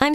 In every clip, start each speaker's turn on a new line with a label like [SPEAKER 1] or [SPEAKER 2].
[SPEAKER 1] I'm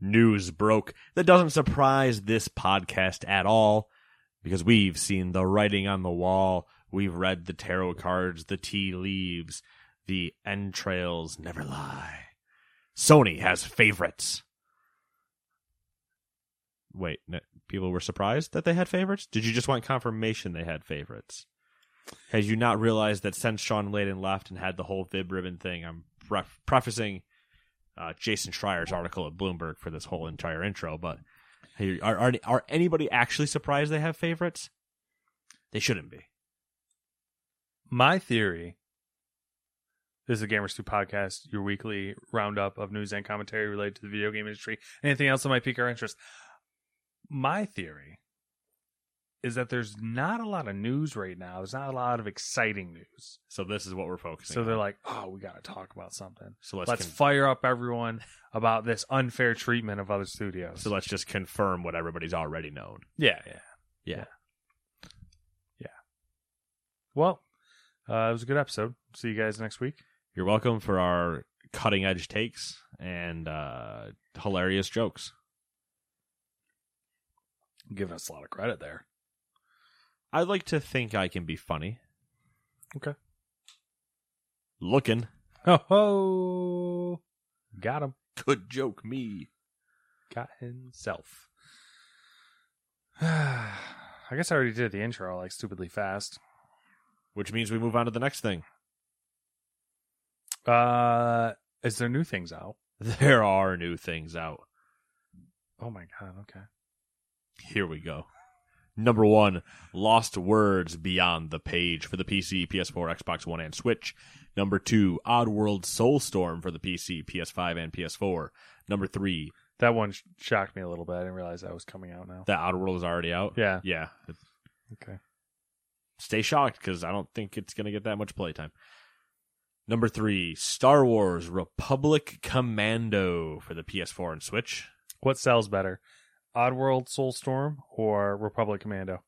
[SPEAKER 2] news broke. That doesn't surprise this podcast at all because we've seen the writing on the wall. We've read the tarot cards, the tea leaves, the entrails never lie. Sony has favorites. Wait, no, people were surprised that they had favorites? Did you just want confirmation they had favorites? Had you not realized that since Sean Layden left and had the whole Vib Ribbon thing, I'm pref- prefacing uh, Jason Schreier's article at Bloomberg for this whole entire intro, but hey, are, are are anybody actually surprised they have favorites? They shouldn't be.
[SPEAKER 3] My theory this is the Gamers 2 podcast, your weekly roundup of news and commentary related to the video game industry. Anything else that might pique our interest? My theory is that there's not a lot of news right now. There's not a lot of exciting news.
[SPEAKER 2] So this is what we're focusing.
[SPEAKER 3] So
[SPEAKER 2] on.
[SPEAKER 3] they're like, oh, we got to talk about something.
[SPEAKER 2] So let's
[SPEAKER 3] Let's,
[SPEAKER 2] con-
[SPEAKER 3] fire up everyone about this unfair treatment of other studios.
[SPEAKER 2] so let's just confirm what everybody's already known.
[SPEAKER 3] yeah, yeah.
[SPEAKER 2] Yeah.
[SPEAKER 3] Well, uh, it was a good episode. See you guys next week.
[SPEAKER 2] You're welcome for our cutting edge takes and uh, hilarious jokes.
[SPEAKER 3] Giving us a lot of credit there.
[SPEAKER 2] I like to think I can be funny.
[SPEAKER 3] Okay.
[SPEAKER 2] Looking
[SPEAKER 3] Ho ho! Got him.
[SPEAKER 2] could joke me.
[SPEAKER 3] Got himself. I guess I already did the intro like stupidly fast.
[SPEAKER 2] Which means we move on to the next thing.
[SPEAKER 3] Uh, is there new things out?
[SPEAKER 2] There are new things out.
[SPEAKER 3] Oh my god! Okay.
[SPEAKER 2] Here we go. Number one, Lost Words Beyond the Page for the PC, PS4, Xbox One, and Switch. Number two, Oddworld Soulstorm for the PC, PS5, and PS4. Number three,
[SPEAKER 3] That one sh- shocked me a little bit. I didn't realize that was coming out now.
[SPEAKER 2] that Oddworld is already out.
[SPEAKER 3] Yeah.
[SPEAKER 2] Yeah.
[SPEAKER 3] Okay.
[SPEAKER 2] Stay shocked because I don't think it's going to get that much playtime. Number three, Star Wars Republic Commando for the PS4 and Switch.
[SPEAKER 3] What sells better, Oddworld Soulstorm or Republic Commando?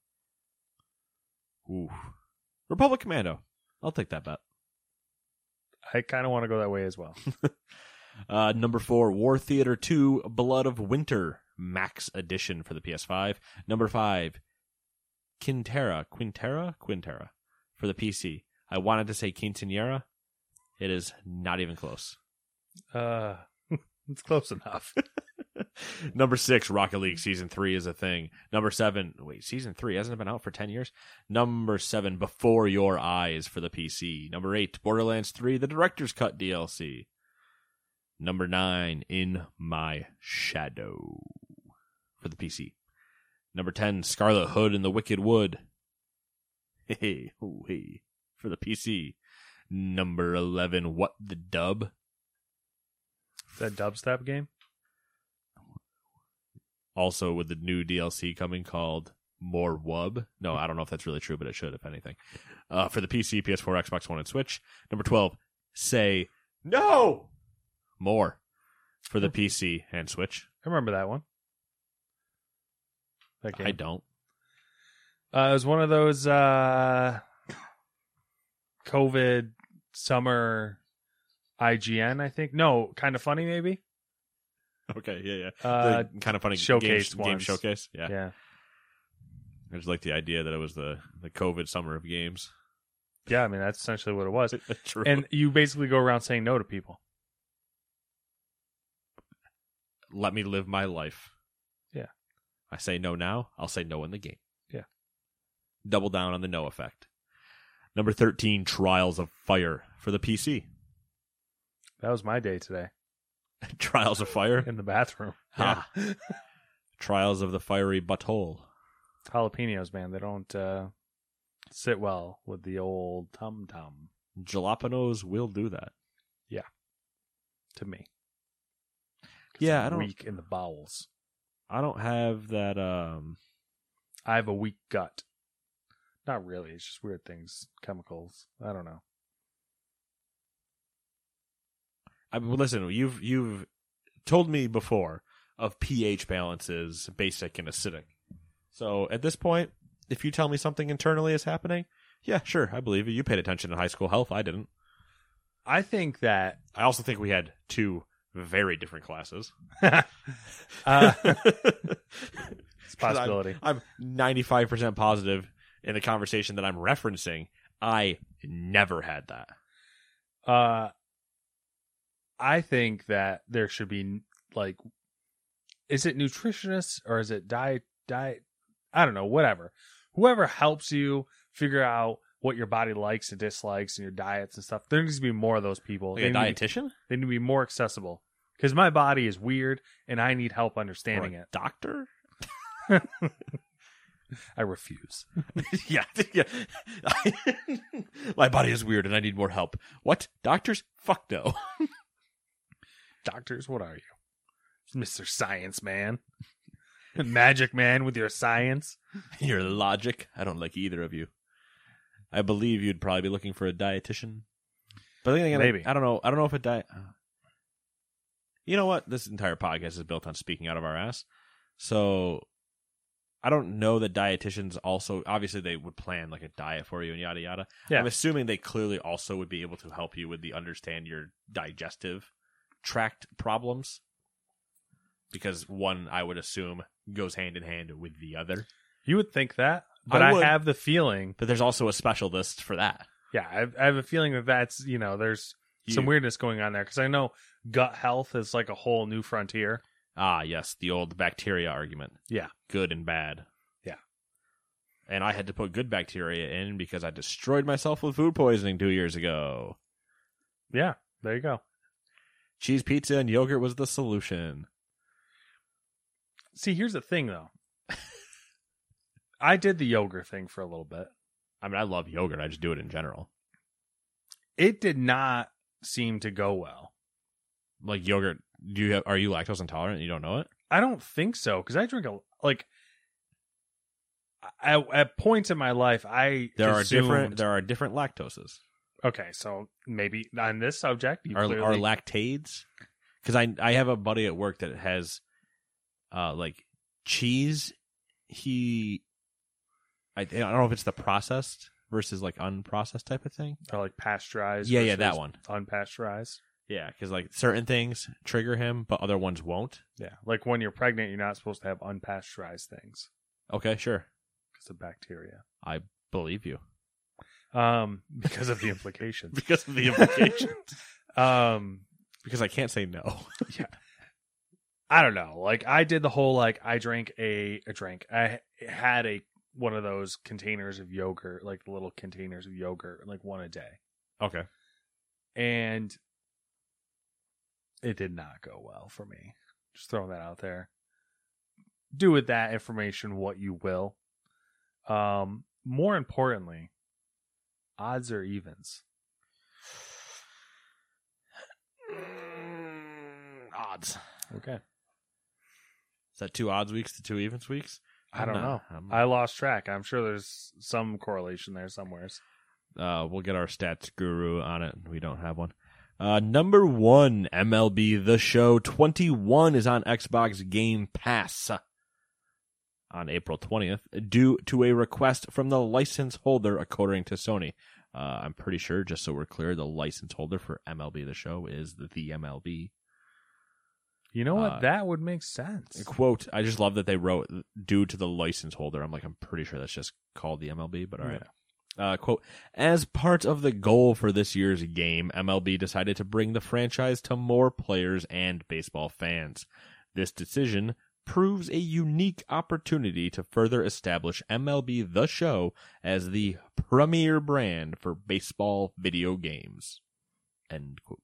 [SPEAKER 2] Ooh. Republic Commando. I'll take that bet.
[SPEAKER 3] I kind of want to go that way as well.
[SPEAKER 2] Uh, number four, War Theater 2, Blood of Winter, Max Edition for the PS5. Number five, Quintera, Quintera, Quintera for the PC. I wanted to say Quinceanera. It is not even close.
[SPEAKER 3] uh, it's close enough.
[SPEAKER 2] Number six, Rocket League Season 3 is a thing. Number seven, wait, Season 3 hasn't it been out for 10 years? Number seven, Before Your Eyes for the PC. Number eight, Borderlands 3, the Director's Cut DLC. Number nine, In My Shadow for the PC. Number 10, Scarlet Hood and the Wicked Wood. Hey, oh, hey, for the PC. Number 11, What the Dub.
[SPEAKER 3] that dubstep game.
[SPEAKER 2] also with the new DLC coming called More Wub. No, I don't know if that's really true, but it should, if anything. Uh, for the PC, PS4, Xbox One, and Switch. Number 12, say no Oh. more for the PC and Switch.
[SPEAKER 3] I remember that one. That game.
[SPEAKER 2] I don't.
[SPEAKER 3] Uh, it was one of those uh, COVID summer IGN, I think. No, kind of funny, maybe.
[SPEAKER 2] Okay, yeah, yeah.
[SPEAKER 3] Uh,
[SPEAKER 2] kind of funny
[SPEAKER 3] showcased
[SPEAKER 2] game, game
[SPEAKER 3] ones.
[SPEAKER 2] showcase. Yeah.
[SPEAKER 3] Yeah.
[SPEAKER 2] I just like the idea that it was the, the COVID summer of games.
[SPEAKER 3] Yeah, I mean, that's essentially what it was.
[SPEAKER 2] true.
[SPEAKER 3] and you basically go around saying no to people.
[SPEAKER 2] let me live my life.
[SPEAKER 3] Yeah.
[SPEAKER 2] I say no now, I'll say no in the game.
[SPEAKER 3] Yeah.
[SPEAKER 2] Double down on the no effect. Number 13, Trials of Fire for the PC.
[SPEAKER 3] That was my day today
[SPEAKER 2] Trials of Fire?
[SPEAKER 3] in the bathroom.
[SPEAKER 2] Yeah. Trials of the Fiery Butthole.
[SPEAKER 3] Jalapenos, man, they don't uh, sit well with the old tum tum
[SPEAKER 2] Jalapenos will do that.
[SPEAKER 3] to me. 'Cause
[SPEAKER 2] Yeah,
[SPEAKER 3] I'm
[SPEAKER 2] I don't-
[SPEAKER 3] weak in the bowels.
[SPEAKER 2] I don't have that um
[SPEAKER 3] I have a weak gut. Not really. It's just weird things, chemicals. I don't know.
[SPEAKER 2] I mean, listen, you've you've told me before of pH balances, basic and acidic. So at this point, if you tell me something internally is happening, yeah, sure, I believe you. You paid attention in high school health. I didn't.
[SPEAKER 3] I think that
[SPEAKER 2] I also think we had two very different classes.
[SPEAKER 3] uh,
[SPEAKER 2] it's
[SPEAKER 3] it's a possibility.
[SPEAKER 2] I'm ninety five percent positive in the conversation that I'm referencing. I never had that.
[SPEAKER 3] Uh, I think that there should be like, is it nutritionists or is it diet diet? I don't know. Whatever, whoever helps you figure out what your body likes and dislikes and your diets and stuff. There needs to be more of those people.
[SPEAKER 2] Like
[SPEAKER 3] they,
[SPEAKER 2] a
[SPEAKER 3] need to be,
[SPEAKER 2] dietitian
[SPEAKER 3] they need to be more accessible because my body is weird and I need help
[SPEAKER 2] or
[SPEAKER 3] understanding
[SPEAKER 2] a doctor.
[SPEAKER 3] it. I refuse.
[SPEAKER 2] yeah, yeah. My body is weird and I need more help. What? Doctors? Fuck no.
[SPEAKER 3] Doctors, what are you, Mister Science Man, Magic Man with your science?
[SPEAKER 2] Your logic? I don't like either of you. I believe you'd probably be looking for a dietitian. But then again,
[SPEAKER 3] Maybe.
[SPEAKER 2] I don't know. I don't know if a diet. You know what? This entire podcast is built on speaking out of our ass. So I don't know that dietitians also obviously they would plan like a diet for you and yada yada.
[SPEAKER 3] Yeah.
[SPEAKER 2] I'm assuming they clearly also would be able to help you with the understand your digestive tract problems. Because one I would assume goes hand in hand with the other.
[SPEAKER 3] You would think that, but
[SPEAKER 2] I
[SPEAKER 3] I,
[SPEAKER 2] would.
[SPEAKER 3] have the feeling.
[SPEAKER 2] But there's also a special list for that.
[SPEAKER 3] Yeah, I, I have a feeling that that's you know there's some
[SPEAKER 2] You-
[SPEAKER 3] weirdness going on there because I know gut health is like a whole new frontier.
[SPEAKER 2] Ah, yes, the old bacteria argument.
[SPEAKER 3] Yeah.
[SPEAKER 2] Good and bad.
[SPEAKER 3] Yeah.
[SPEAKER 2] And I had to put good bacteria in because I destroyed myself with food poisoning two years ago.
[SPEAKER 3] Yeah, there you go.
[SPEAKER 2] Cheese pizza and yogurt was the solution.
[SPEAKER 3] See, here's the thing though. I did the yogurt thing for a little bit.
[SPEAKER 2] I mean, I love yogurt. I just do it in general.
[SPEAKER 3] It did not seem to go well.
[SPEAKER 2] Like yogurt, do you have, are you lactose intolerant? and You don't know it?
[SPEAKER 3] I don't think so because I drink a like. I, at points in my life, I
[SPEAKER 2] There are
[SPEAKER 3] consumed-
[SPEAKER 2] different there are different lactoses.
[SPEAKER 3] okay, so maybe on this subject, you
[SPEAKER 2] Are are
[SPEAKER 3] clearly-
[SPEAKER 2] lactades? Cuz I I have a buddy at work that has uh like cheese he I, I don't know if it's the processed versus like unprocessed type of thing.
[SPEAKER 3] Or like pasteurized.
[SPEAKER 2] Yeah, yeah,
[SPEAKER 3] versus
[SPEAKER 2] that one.
[SPEAKER 3] Unpasteurized.
[SPEAKER 2] Yeah, cuz like certain things trigger him but other ones won't.
[SPEAKER 3] Yeah. Like when you're pregnant, you're not supposed to have unpasteurized things
[SPEAKER 2] Okay, sure.
[SPEAKER 3] because of bacteria.
[SPEAKER 2] I believe you.
[SPEAKER 3] Um, because of the implications.
[SPEAKER 2] Because of the implication.
[SPEAKER 3] um,
[SPEAKER 2] because I can't say no.
[SPEAKER 3] I don't know. Like I did the whole like I drank a a drink. I had a one of those containers of yogurt, like the little containers of yogurt, like one a day,
[SPEAKER 2] okay.
[SPEAKER 3] and it did not go well for me. Just throwing that out there. Do with that information what you will. Um, more importantly, odds or evens. Mm,
[SPEAKER 2] odds.
[SPEAKER 3] Okay.
[SPEAKER 2] Is that two odds weeks to two evens weeks?
[SPEAKER 3] I don't
[SPEAKER 2] I'm
[SPEAKER 3] know.
[SPEAKER 2] not- I'm-
[SPEAKER 3] I lost track. I'm sure there's some correlation there somewhere.
[SPEAKER 2] Uh, we'll get our stats guru on it. We don't have one. Uh, number one, MLB The Show 21 is on Xbox Game Pass on April 20th due to a request from the license holder, according to Sony. Uh, I'm pretty sure, just so we're clear, the license holder for MLB The Show is the MLB.
[SPEAKER 3] You know what?
[SPEAKER 2] Uh,
[SPEAKER 3] that would make sense.
[SPEAKER 2] Quote, I just love that they wrote due to the license holder. I'm like, I'm pretty sure that's just called the MLB, but all right. Uh, quote, as part of the goal for this year's game, MLB decided to bring the franchise to more players and baseball fans. This decision proves a unique opportunity to further establish MLB The Show as the premier brand for baseball video games. End quote.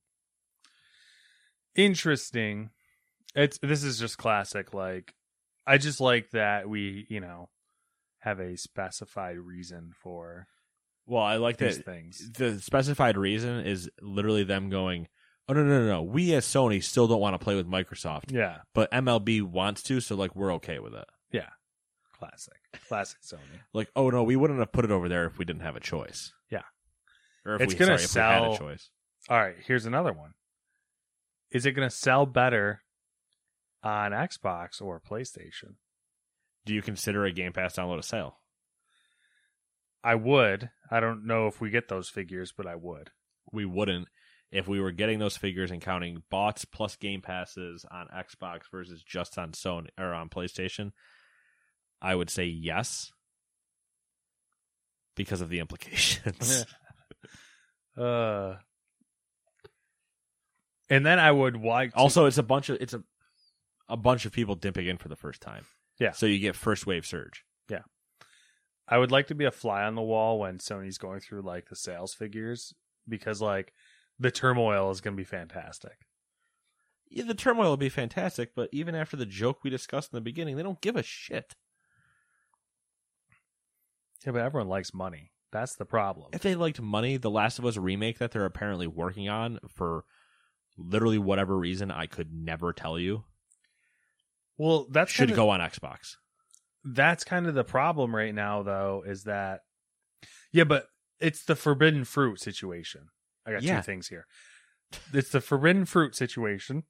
[SPEAKER 3] interesting. It's this is just classic. Like, I just like that we, you know, have a specified reason for
[SPEAKER 2] Well, I like
[SPEAKER 3] these
[SPEAKER 2] that
[SPEAKER 3] things.
[SPEAKER 2] the specified reason is literally them going, oh, no, no, no, no. We as Sony still don't want to play with Microsoft,
[SPEAKER 3] Yeah,
[SPEAKER 2] but MLB wants to, so like we're okay with it.
[SPEAKER 3] classic, classic Sony.
[SPEAKER 2] Like, oh, no, we wouldn't have put it over there if we didn't have a choice.
[SPEAKER 3] Yeah.
[SPEAKER 2] Or if
[SPEAKER 3] It's
[SPEAKER 2] we,
[SPEAKER 3] gonna
[SPEAKER 2] sorry, if we had
[SPEAKER 3] sell-
[SPEAKER 2] a choice.
[SPEAKER 3] All right, here's another one. Is it going to sell better on Xbox or PlayStation?
[SPEAKER 2] Do you consider a Game Pass download a sale?
[SPEAKER 3] I would. I don't know if we get those figures, but I would.
[SPEAKER 2] we wouldn't if we were getting those figures and counting bots plus game passes on Xbox versus just on Sony or on PlayStation. I would say yes because of the implications.
[SPEAKER 3] uh, and then I would like to-
[SPEAKER 2] also, it's a bunch of it's a a bunch of people dipping in for the first time.
[SPEAKER 3] Yeah.
[SPEAKER 2] So you get first wave surge.
[SPEAKER 3] I would like to be a fly on the wall when Sony's going through like the sales figures because like the turmoil is going to be fantastic.
[SPEAKER 2] Yeah, the turmoil will be fantastic, but even after the joke we discussed in the beginning, they don't give a shit.
[SPEAKER 3] Yeah, but everyone likes money. That's the problem.
[SPEAKER 2] if they liked money, the Last of Us remake that they're apparently working on for literally whatever reason I could never tell you
[SPEAKER 3] Well, that's
[SPEAKER 2] should
[SPEAKER 3] kinda-
[SPEAKER 2] go on Xbox.
[SPEAKER 3] that's kind of the problem right now though is that yeah but it's the forbidden fruit situation i got
[SPEAKER 2] Yeah.
[SPEAKER 3] two things here it's the forbidden fruit situation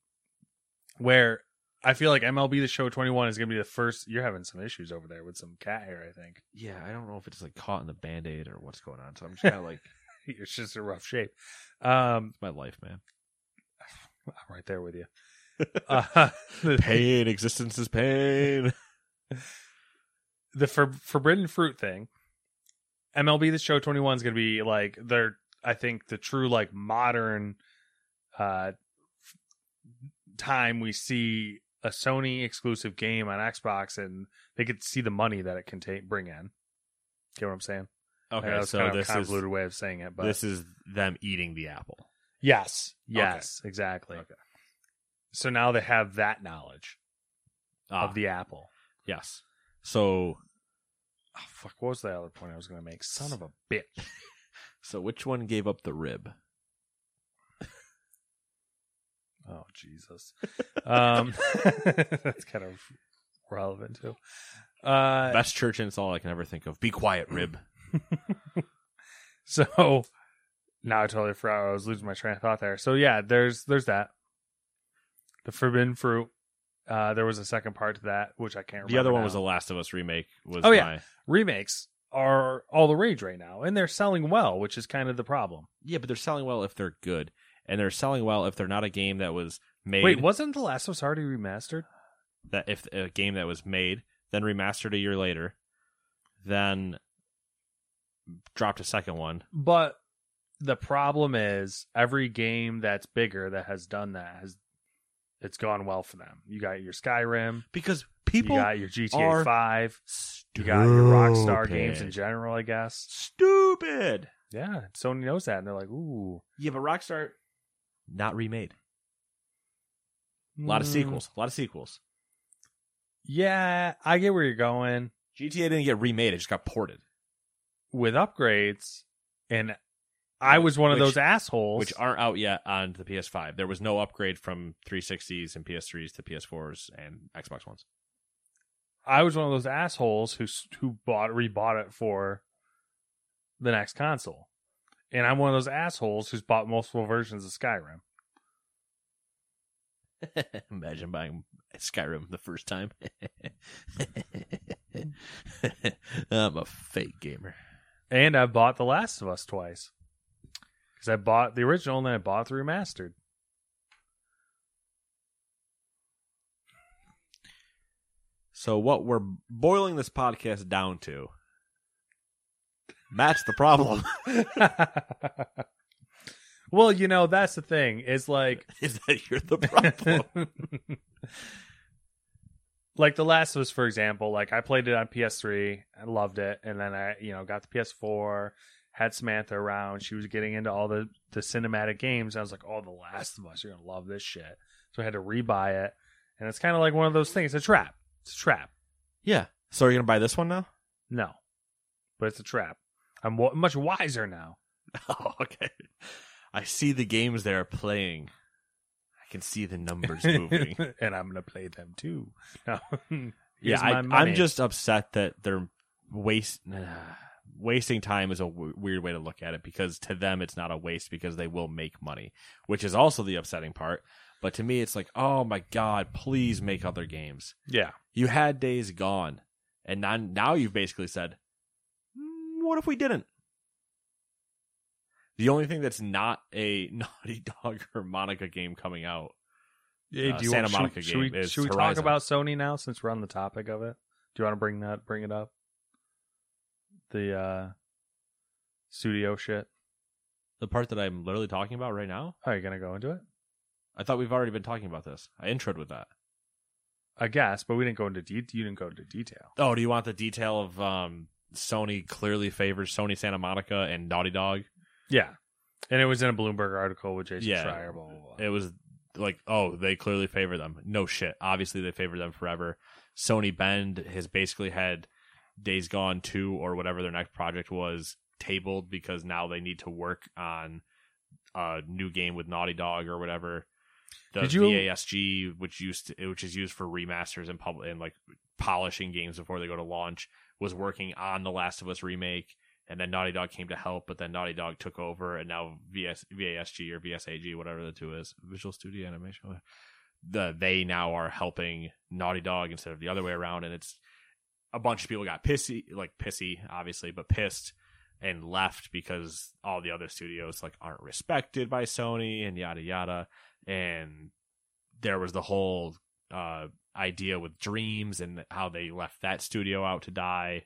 [SPEAKER 3] where i feel like mlb the show 21 is going to be the first you're having some issues over there with some cat hair i think
[SPEAKER 2] Yeah, I don't know if it's like caught in the band aid or what's going on. So I'm just kind of like,
[SPEAKER 3] it's just a rough shape um
[SPEAKER 2] my life, man.
[SPEAKER 3] i'm right there with you uh, the-
[SPEAKER 2] Pain, existence is pain.
[SPEAKER 3] the for- forbidden fruit thing mlb the show 21 is going to be like their i think the true like modern uh f- time we see a sony exclusive game on xbox and they could see the money that it can take bring in get what i'm saying I know
[SPEAKER 2] Okay,
[SPEAKER 3] that's
[SPEAKER 2] so
[SPEAKER 3] kind of
[SPEAKER 2] this
[SPEAKER 3] a convoluted
[SPEAKER 2] is
[SPEAKER 3] way of saying it but
[SPEAKER 2] this is them eating the apple.
[SPEAKER 3] yes yes exactly
[SPEAKER 2] Okay.
[SPEAKER 3] so now they have that knowledge
[SPEAKER 2] Ah,
[SPEAKER 3] of the apple
[SPEAKER 2] yes. So
[SPEAKER 3] oh, fuck what was the other point i was going to make son of a bitch
[SPEAKER 2] so which one gave up the rib?
[SPEAKER 3] Oh Jesus. um, that's kind of relevant too. Uh, mm,
[SPEAKER 2] Best church install I can ever think of. Be quiet, rib.
[SPEAKER 3] so now I totally forgot. I was losing my train of thought there. So yeah, there's there's that. The forbidden fruit. Uh, there was a second part to that, which I can't remember.
[SPEAKER 2] The other one
[SPEAKER 3] now.
[SPEAKER 2] was the Last of Us remake. Was
[SPEAKER 3] Oh, yeah.
[SPEAKER 2] my-
[SPEAKER 3] remakes are all the rage right now, and they're selling well, which is kind of the problem.
[SPEAKER 2] Yeah, but they're selling well if they're good, and they're selling well if they're not a game that was made.
[SPEAKER 3] Wait, wasn't The Last of Us already remastered?
[SPEAKER 2] That if a game that was made, then remastered a year later, then dropped a second one.
[SPEAKER 3] But the problem is every game that's bigger that has done that has it's gone well for them. You got your Skyrim,
[SPEAKER 2] Because people
[SPEAKER 3] you got your GTA
[SPEAKER 2] are
[SPEAKER 3] Five,
[SPEAKER 2] stupid.
[SPEAKER 3] you got your Rockstar games in general, I guess.
[SPEAKER 2] Stupid.
[SPEAKER 3] Yeah, Sony knows that, and they're like, "Ooh,
[SPEAKER 2] Yeah, but Rockstar not remade. A lot of
[SPEAKER 3] mm,
[SPEAKER 2] sequels. A lot of sequels.
[SPEAKER 3] Yeah, I get where you're going
[SPEAKER 2] GTA didn't get remade; it just got ported,
[SPEAKER 3] with upgrades, and I was one of
[SPEAKER 2] Which-
[SPEAKER 3] those assholes.
[SPEAKER 2] which aren't out yet on the PS5. There was no upgrade from 360s and PS3s to PS4s and Xbox Ones.
[SPEAKER 3] I was one of those assholes who s- who bought rebought it for the next console, and I'm one of those assholes who's bought multiple versions of Skyrim.
[SPEAKER 2] Imagine buying Skyrim the first time. I'm a fake gamer.
[SPEAKER 3] And I bought The Last of Us twice. Because I bought the original and then I bought the remastered.
[SPEAKER 2] So what we're boiling this podcast down to Matt's the problem.
[SPEAKER 3] well, you know, that's the thing. It's like
[SPEAKER 2] Is that you're the problem?
[SPEAKER 3] like The Last of Us, for example, like I played it on PS3, I loved it, and then I, you know, got the PS4, had Samantha around, she was getting into all the the cinematic games. And I was like, oh, The Last of Us, you're gonna love this shit. So I had to rebuy it, and it's kind of like one of those things. It's a trap. It's a trap.
[SPEAKER 2] Yeah. So are you gonna buy this one now?
[SPEAKER 3] No, but it's a trap. I'm w- much wiser now.
[SPEAKER 2] Oh, okay. I see the games they're playing. I can see the numbers moving.
[SPEAKER 3] and I'm gonna play them too. No.
[SPEAKER 2] yeah,
[SPEAKER 3] Here's my
[SPEAKER 2] I,
[SPEAKER 3] money.
[SPEAKER 2] I'm just upset that they're waste wasting time is a w- weird way to look at it because to them it's not a waste because they will make money, which is also the upsetting part. But to me, it's like, oh my god, please make other games.
[SPEAKER 3] yeah.
[SPEAKER 2] You had days gone, and now, now you've basically said, "Mm, what if we didn't? The only thing that's not a Naughty Dog or Monica game coming out
[SPEAKER 3] Yeah,
[SPEAKER 2] Uh,
[SPEAKER 3] do you
[SPEAKER 2] Santa
[SPEAKER 3] want,
[SPEAKER 2] Monica
[SPEAKER 3] should, we-
[SPEAKER 2] game is
[SPEAKER 3] Should we talk
[SPEAKER 2] Horizon.
[SPEAKER 3] about Sony now since we're on the topic of it? Do you want to bring that bring it up? The uh studio shit.
[SPEAKER 2] the part that I'm literally talking about right now.
[SPEAKER 3] Are you gonna go into it?
[SPEAKER 2] I thought we've already been talking about this. I introed with that.
[SPEAKER 3] I guess, but we didn't go into de- you didn't go into detail.
[SPEAKER 2] Oh, do you want the detail of um, Sony clearly favors Sony Santa Monica and Naughty Dog?
[SPEAKER 3] Yeah. And it was in a Bloomberg article with Jason
[SPEAKER 2] Yeah.
[SPEAKER 3] Schreier, blah, blah, blah.
[SPEAKER 2] It was like, oh, they clearly favor them. No shit. Obviously, they favor them forever. Sony Bend has basically had Days Gone 2 or whatever their next project was tabled because now they need to work on a new game with Naughty Dog or whatever. The
[SPEAKER 3] Did you-
[SPEAKER 2] VASG, which used to, which is used for remasters and public and like polishing games before they go to launch, was working on the Last of Us remake, and then Naughty Dog came to help, but then Naughty Dog took over, and now VS, VASG or VSAG, whatever the two is, Visual Studio Animation, the they now are helping Naughty Dog instead of the other way around, and it's a bunch of people got pissy, like pissy, obviously, but pissed and left because all the other studios like aren't respected by Sony and yada yada. And there was the whole uh, idea with Dreams and how they left that studio out to die.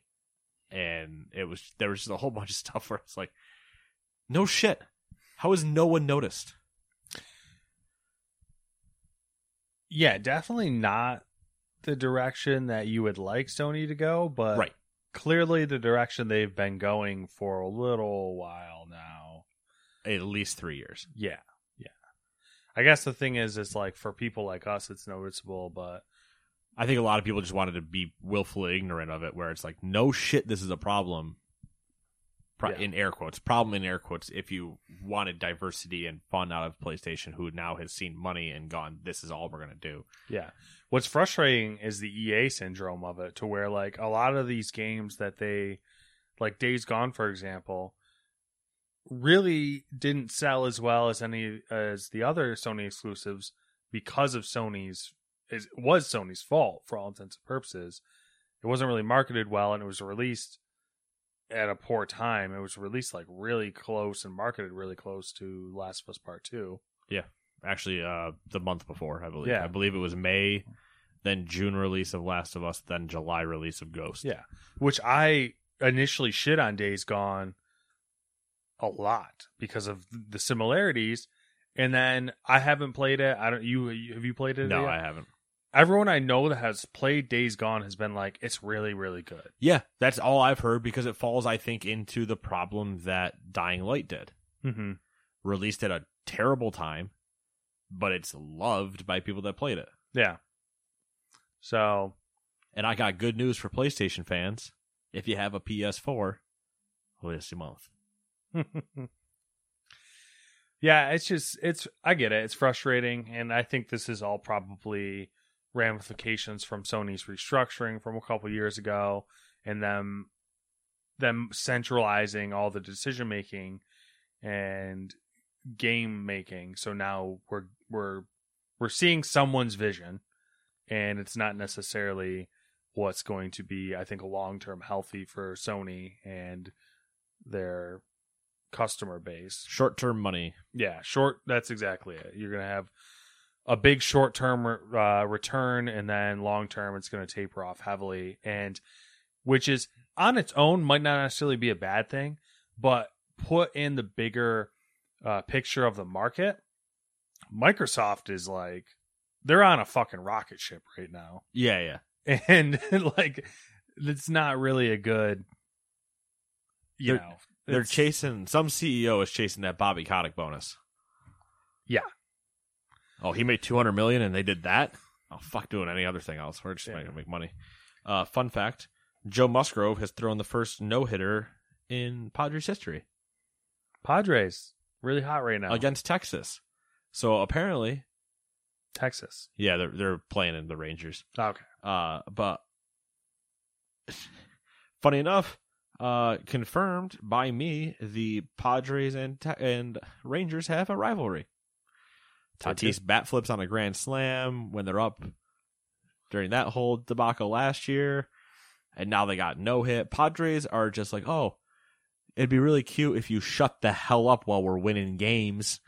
[SPEAKER 2] And it was there was just a whole bunch of stuff where it's like, no shit, how has no one noticed?
[SPEAKER 3] Yeah, definitely not the direction that you would like Sony to go, but
[SPEAKER 2] right.
[SPEAKER 3] clearly the direction they've been going for a little while now.
[SPEAKER 2] At least three years.
[SPEAKER 3] Yeah, yeah. I guess the thing is, is like for people like us, it's noticeable, but
[SPEAKER 2] I think a lot of people just wanted to be willfully ignorant of it, where it's like, no shit, this is a problem. Pro-
[SPEAKER 3] Yeah.
[SPEAKER 2] In air quotes, problem in air quotes. If you wanted diversity and fun out of PlayStation, who now has seen money and gone, this is all we're gonna do.
[SPEAKER 3] yeah. What's frustrating is the EA syndrome of it, to where like a lot of these games that they, like Days Gone, for example, really didn't sell as well as any as the other Sony exclusives because of Sony's it was Sony's fault for all intents and purposes. It wasn't really marketed well and it was released at a poor time. It was released like really close and marketed really close to Last of Us Part 2.
[SPEAKER 2] Actually, uh, the month before, I believe.
[SPEAKER 3] Yeah.
[SPEAKER 2] I believe it was May, then June release of Last of Us, then July release of Ghost.
[SPEAKER 3] Yeah. Which I initially shit on Days Gone a lot because of the similarities and then I haven't played it. I don't you have you played it?
[SPEAKER 2] No,
[SPEAKER 3] yet?
[SPEAKER 2] I haven't.
[SPEAKER 3] Everyone I know that has played Days Gone has been like it's really really good.
[SPEAKER 2] Yeah, that's all I've heard because it falls, I think, into the problem that Dying Light did.
[SPEAKER 3] Mhm.
[SPEAKER 2] released at a terrible time, but it's loved by people that played it.
[SPEAKER 3] Yeah. So
[SPEAKER 2] And I got good news for PlayStation fans. If you have a PS4, this month.
[SPEAKER 3] yeah, it's just it's I get it. It's frustrating and I think this is all probably ramifications from Sony's restructuring from a couple years ago and them them centralizing all the decision making and game making. So now we're we're we're seeing someone's vision and it's not necessarily what's going to be I think long term healthy for Sony and their customer base.
[SPEAKER 2] Short term money.
[SPEAKER 3] Yeah, short. That's exactly it. You're gonna have a big short term uh, return, and then long term, it's gonna taper off heavily, and which is on its own might not necessarily be a bad thing, but put in the bigger uh, picture of the market, Microsoft is like they're on a fucking rocket ship right now
[SPEAKER 2] Yeah, yeah.
[SPEAKER 3] and like it's not really a good. You
[SPEAKER 2] They're-
[SPEAKER 3] know,
[SPEAKER 2] They're
[SPEAKER 3] it's-
[SPEAKER 2] chasing some CEO is chasing that Bobby Kotick bonus.
[SPEAKER 3] Yeah.
[SPEAKER 2] Oh, he made two hundred million, and they did that. Oh, fuck, doing any other thing else. We're just
[SPEAKER 3] Yeah.
[SPEAKER 2] making make money. Uh, fun fact: Joe Musgrove has thrown the first no hitter in Padres history
[SPEAKER 3] Padres really hot right now
[SPEAKER 2] against Texas. So apparently,
[SPEAKER 3] Texas.
[SPEAKER 2] yeah, they're they're playing in the Rangers.
[SPEAKER 3] Okay,
[SPEAKER 2] Uh, but funny enough, uh, confirmed by me, the Padres and Ta- and Rangers have a rivalry.
[SPEAKER 3] They do.
[SPEAKER 2] Tatis bat flips on a grand slam when they're up during that whole debacle last year, and now they got no hit. Padres are just like, oh, it'd be really cute if you shut the hell up while we're winning games.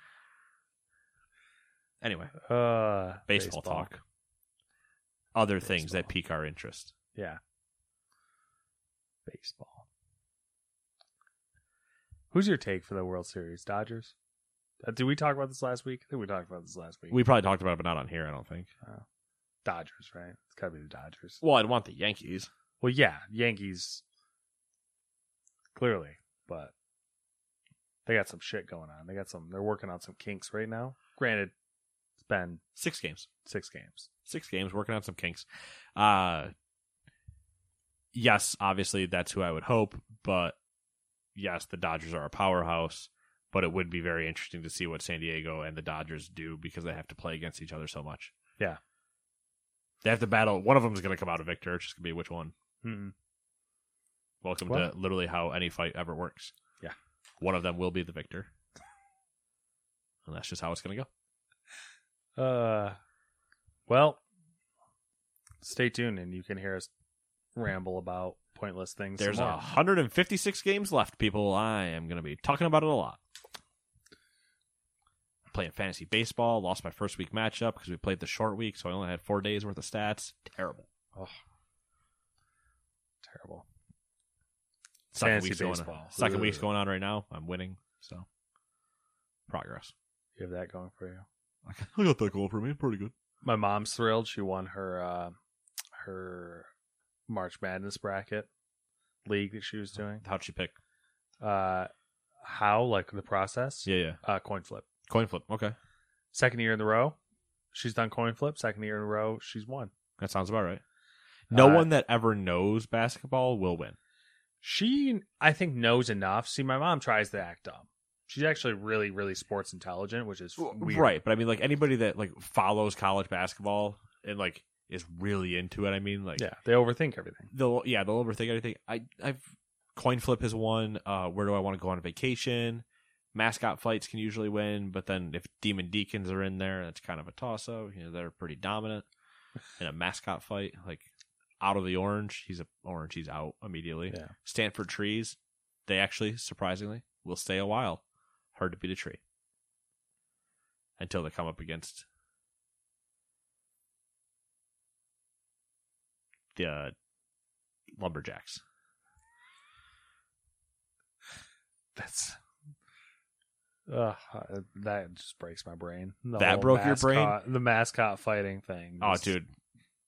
[SPEAKER 2] Anyway,
[SPEAKER 3] uh,
[SPEAKER 2] baseball, talk. Other things that
[SPEAKER 3] Baseball.
[SPEAKER 2] pique our interest.
[SPEAKER 3] Yeah, baseball. Who's your take for the World Series? Dodgers. Uh, did we talk about this last week? I think we talked about this last week.
[SPEAKER 2] We probably talked about it, but not on here, I don't think.
[SPEAKER 3] Dodgers, right? It's got to be the Dodgers.
[SPEAKER 2] Well, I'd want the Yankees.
[SPEAKER 3] Well, yeah, Yankees clearly, but they got some shit going on. They got some. They're working on some kinks right now. Granted, it's been
[SPEAKER 2] Six games.
[SPEAKER 3] six games.
[SPEAKER 2] Six games, working on some kinks. Uh yes, obviously that's who I would hope, but yes, the Dodgers are a powerhouse, but it would be very interesting to see what San Diego and the Dodgers do because they have to play against each other so much.
[SPEAKER 3] Yeah.
[SPEAKER 2] They have to battle one of them's gonna come out a victor, it's just gonna be which one.
[SPEAKER 3] mm
[SPEAKER 2] Welcome
[SPEAKER 3] Well-
[SPEAKER 2] to literally how any fight ever works.
[SPEAKER 3] Yeah.
[SPEAKER 2] One of them will be the victor. And that's just how it's going to go.
[SPEAKER 3] Uh, well, stay tuned, and you can hear us ramble about pointless things. some
[SPEAKER 2] There's
[SPEAKER 3] more.
[SPEAKER 2] 156 games left, people. I am going to be talking about it a lot. Playing fantasy baseball, lost my first week matchup because we played the short week, so I only had four days worth of stats. Terrible.
[SPEAKER 3] terrible.
[SPEAKER 2] Second
[SPEAKER 3] Fantasy
[SPEAKER 2] week's going
[SPEAKER 3] baseball.
[SPEAKER 2] on. Second
[SPEAKER 3] Ugh.
[SPEAKER 2] week's going on right now. I'm winning, so progress.
[SPEAKER 3] You have that going for you.
[SPEAKER 2] I got that goal for me. Pretty good.
[SPEAKER 3] My mom's thrilled. She won her uh, her March Madness bracket league that she was doing.
[SPEAKER 2] How'd she pick?
[SPEAKER 3] uh how like the process
[SPEAKER 2] Yeah, yeah.
[SPEAKER 3] uh coin flip
[SPEAKER 2] Coin flip. Okay,
[SPEAKER 3] second year in the row she's done coin flip second year in a row she's won
[SPEAKER 2] that sounds about right. No
[SPEAKER 3] Uh,
[SPEAKER 2] one that ever knows basketball will win.
[SPEAKER 3] she i think knows enough see my mom tries to act dumb she's actually really really sports intelligent which is weird
[SPEAKER 2] Right, but I mean, like anybody that like follows college basketball and like is really into it. I mean, like
[SPEAKER 3] yeah they overthink everything
[SPEAKER 2] they'll yeah they'll overthink everything. I I've coin flip is one. Uh, where do I want to go on vacation? Mascot fights can usually win, but then if Demon Deacons are in there, that's kind of a toss up. You know, they're pretty dominant in a mascot fight. Like out of the orange, he's a orange, he's out immediately.
[SPEAKER 3] Yeah.
[SPEAKER 2] Stanford trees, they actually surprisingly will stay a while. Hard to beat a tree until they come up against the uh, lumberjacks.
[SPEAKER 3] that's uh, that just breaks my brain The
[SPEAKER 2] That
[SPEAKER 3] whole
[SPEAKER 2] broke your brain?
[SPEAKER 3] mascot- the mascot fighting thing
[SPEAKER 2] Oh,
[SPEAKER 3] Just-
[SPEAKER 2] dude,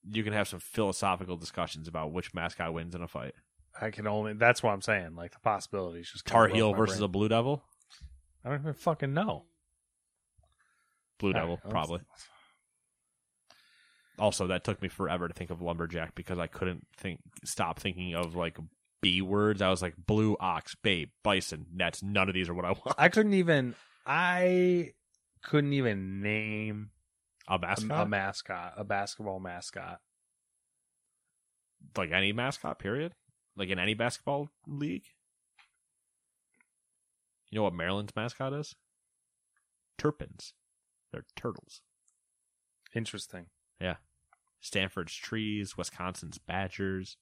[SPEAKER 2] you can have some philosophical discussions about which mascot wins in a fight:
[SPEAKER 3] i can only that's what i'm saying like the possibilities just kinda
[SPEAKER 2] Tar
[SPEAKER 3] broke
[SPEAKER 2] Heel
[SPEAKER 3] my
[SPEAKER 2] versus
[SPEAKER 3] brain.
[SPEAKER 2] a Blue Devil.
[SPEAKER 3] i don't even fucking know
[SPEAKER 2] Blue
[SPEAKER 3] All
[SPEAKER 2] Devil,
[SPEAKER 3] right, let's-
[SPEAKER 2] probably. Also, that took me forever to think of lumberjack because I couldn't think stop thinking of like B words. I was like blue ox, babe, bison, nets. None of these are what I want.
[SPEAKER 3] I couldn't even I couldn't even name
[SPEAKER 2] A
[SPEAKER 3] a,
[SPEAKER 2] mascot,
[SPEAKER 3] a mascot, a basketball mascot.
[SPEAKER 2] like any mascot, period. Like in any basketball league. You know what Maryland's mascot is? Turpins. They're turtles.
[SPEAKER 3] Interesting.
[SPEAKER 2] Stanford's trees, Wisconsin's badgers,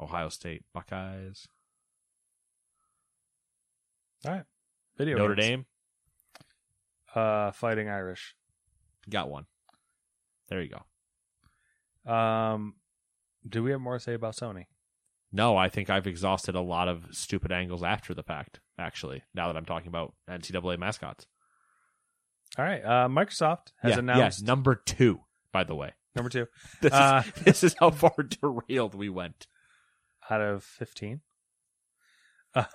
[SPEAKER 2] Ohio State Buckeyes,
[SPEAKER 3] All right. Video
[SPEAKER 2] Notre
[SPEAKER 3] games.
[SPEAKER 2] Dame
[SPEAKER 3] uh fighting Irish.
[SPEAKER 2] got one. There you go.
[SPEAKER 3] Um do we have more to say about Sony?
[SPEAKER 2] No, I think I've exhausted a lot of stupid angles after the fact. Actually, now that I'm talking about NCAA mascots,
[SPEAKER 3] All right. Uh Microsoft has
[SPEAKER 2] yeah,
[SPEAKER 3] announced
[SPEAKER 2] yeah, number two. By the way,
[SPEAKER 3] Number two
[SPEAKER 2] This,
[SPEAKER 3] Uh,
[SPEAKER 2] is, this is how far derailed we went.
[SPEAKER 3] out of 15.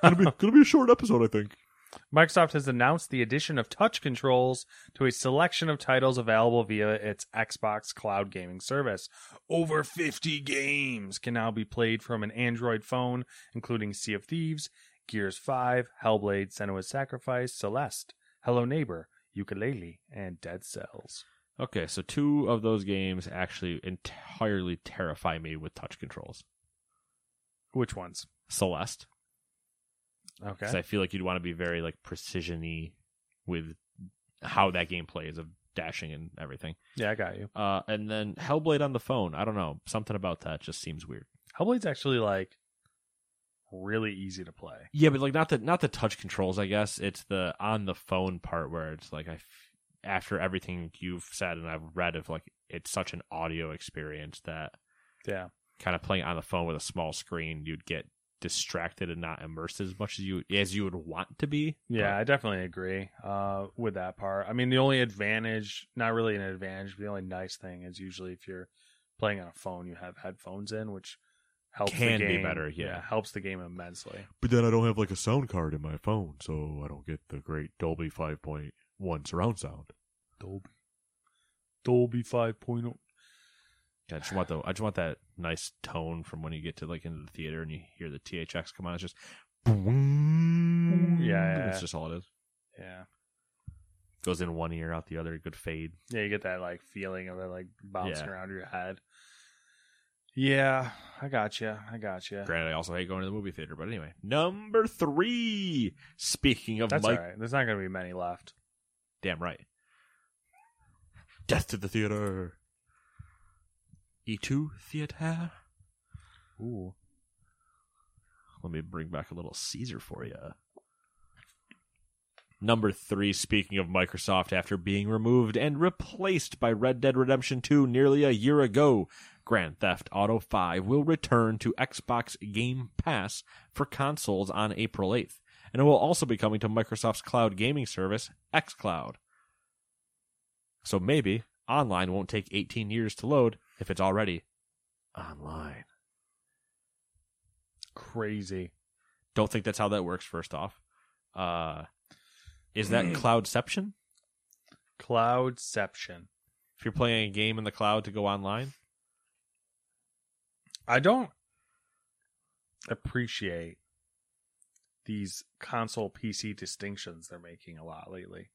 [SPEAKER 2] gonna be a short episode, I think.
[SPEAKER 3] Microsoft has announced the addition of touch controls to a selection of titles available via its Xbox cloud gaming service. Over 50 games can now be played from an Android phone, including Sea of Thieves, Gears 5, Hellblade, Senua's Sacrifice, Celeste, Hello Neighbor, Ukulele, and Dead Cells.
[SPEAKER 2] Okay, so two of those games actually entirely terrify me with touch controls.
[SPEAKER 3] Which ones?
[SPEAKER 2] Celeste, because
[SPEAKER 3] Okay.
[SPEAKER 2] I feel like you'd want to be very like precisiony with how that game plays of dashing and everything.
[SPEAKER 3] Yeah, I got you.
[SPEAKER 2] Uh, and then Hellblade on the phone. I don't know. Something about that just seems weird.
[SPEAKER 3] Hellblade's actually like really easy to play.
[SPEAKER 2] Yeah, but like not the not the touch controls. I guess it's the on the phone part where it's like I f- after everything you've said and I've read of like it's such an audio experience that
[SPEAKER 3] Yeah.
[SPEAKER 2] kind of playing on the phone with a small screen you'd get distracted and not immersed as much as you as you would want to be.
[SPEAKER 3] Yeah, I definitely agree uh, with that part. I mean, the only advantage, not really an advantage, but the only nice thing is usually if you're playing on a phone, you have headphones in, which helps
[SPEAKER 2] Can
[SPEAKER 3] the
[SPEAKER 2] be
[SPEAKER 3] game.
[SPEAKER 2] better, yeah.
[SPEAKER 3] helps the game immensely.
[SPEAKER 2] But then I don't have like a sound card in my phone, so I don't get the great Dolby 5.1 surround sound.
[SPEAKER 3] Dolby, Dolby oh. 5.0.
[SPEAKER 2] I just want the I just want that nice tone from when you get to like into the theater and you hear the THX come on. It's just
[SPEAKER 3] yeah, yeah.
[SPEAKER 2] that's just all it is.
[SPEAKER 3] Yeah,
[SPEAKER 2] Goes in one ear, out the other. Good fade.
[SPEAKER 3] yeah, you get that like feeling of it like bouncing
[SPEAKER 2] Yeah. around
[SPEAKER 3] around your head. Yeah, I got you. I got you.
[SPEAKER 2] Granted, I also hate going to the movie theater, but anyway, number three. Speaking of
[SPEAKER 3] That's
[SPEAKER 2] Mike,
[SPEAKER 3] all right. There's not going to be many left.
[SPEAKER 2] damn right. Death to the theater. E two theater.
[SPEAKER 3] Ooh,
[SPEAKER 2] Let me bring back a little Caesar for you. Number three, speaking of Microsoft, after being removed and replaced by Red Dead Redemption 2 nearly a year ago, Grand Theft Auto 5 will return to Xbox Game Pass for consoles on April 8th, and it will also be coming to Microsoft's cloud gaming service, xCloud. So maybe online won't take 18 years to load if it's already online.
[SPEAKER 3] crazy.
[SPEAKER 2] Don't think that's how that works. First off, uh, is that cloudception?
[SPEAKER 3] Cloudception.
[SPEAKER 2] If you're playing a game in the cloud to go online,
[SPEAKER 3] I don't appreciate these console PC distinctions they're making a lot lately.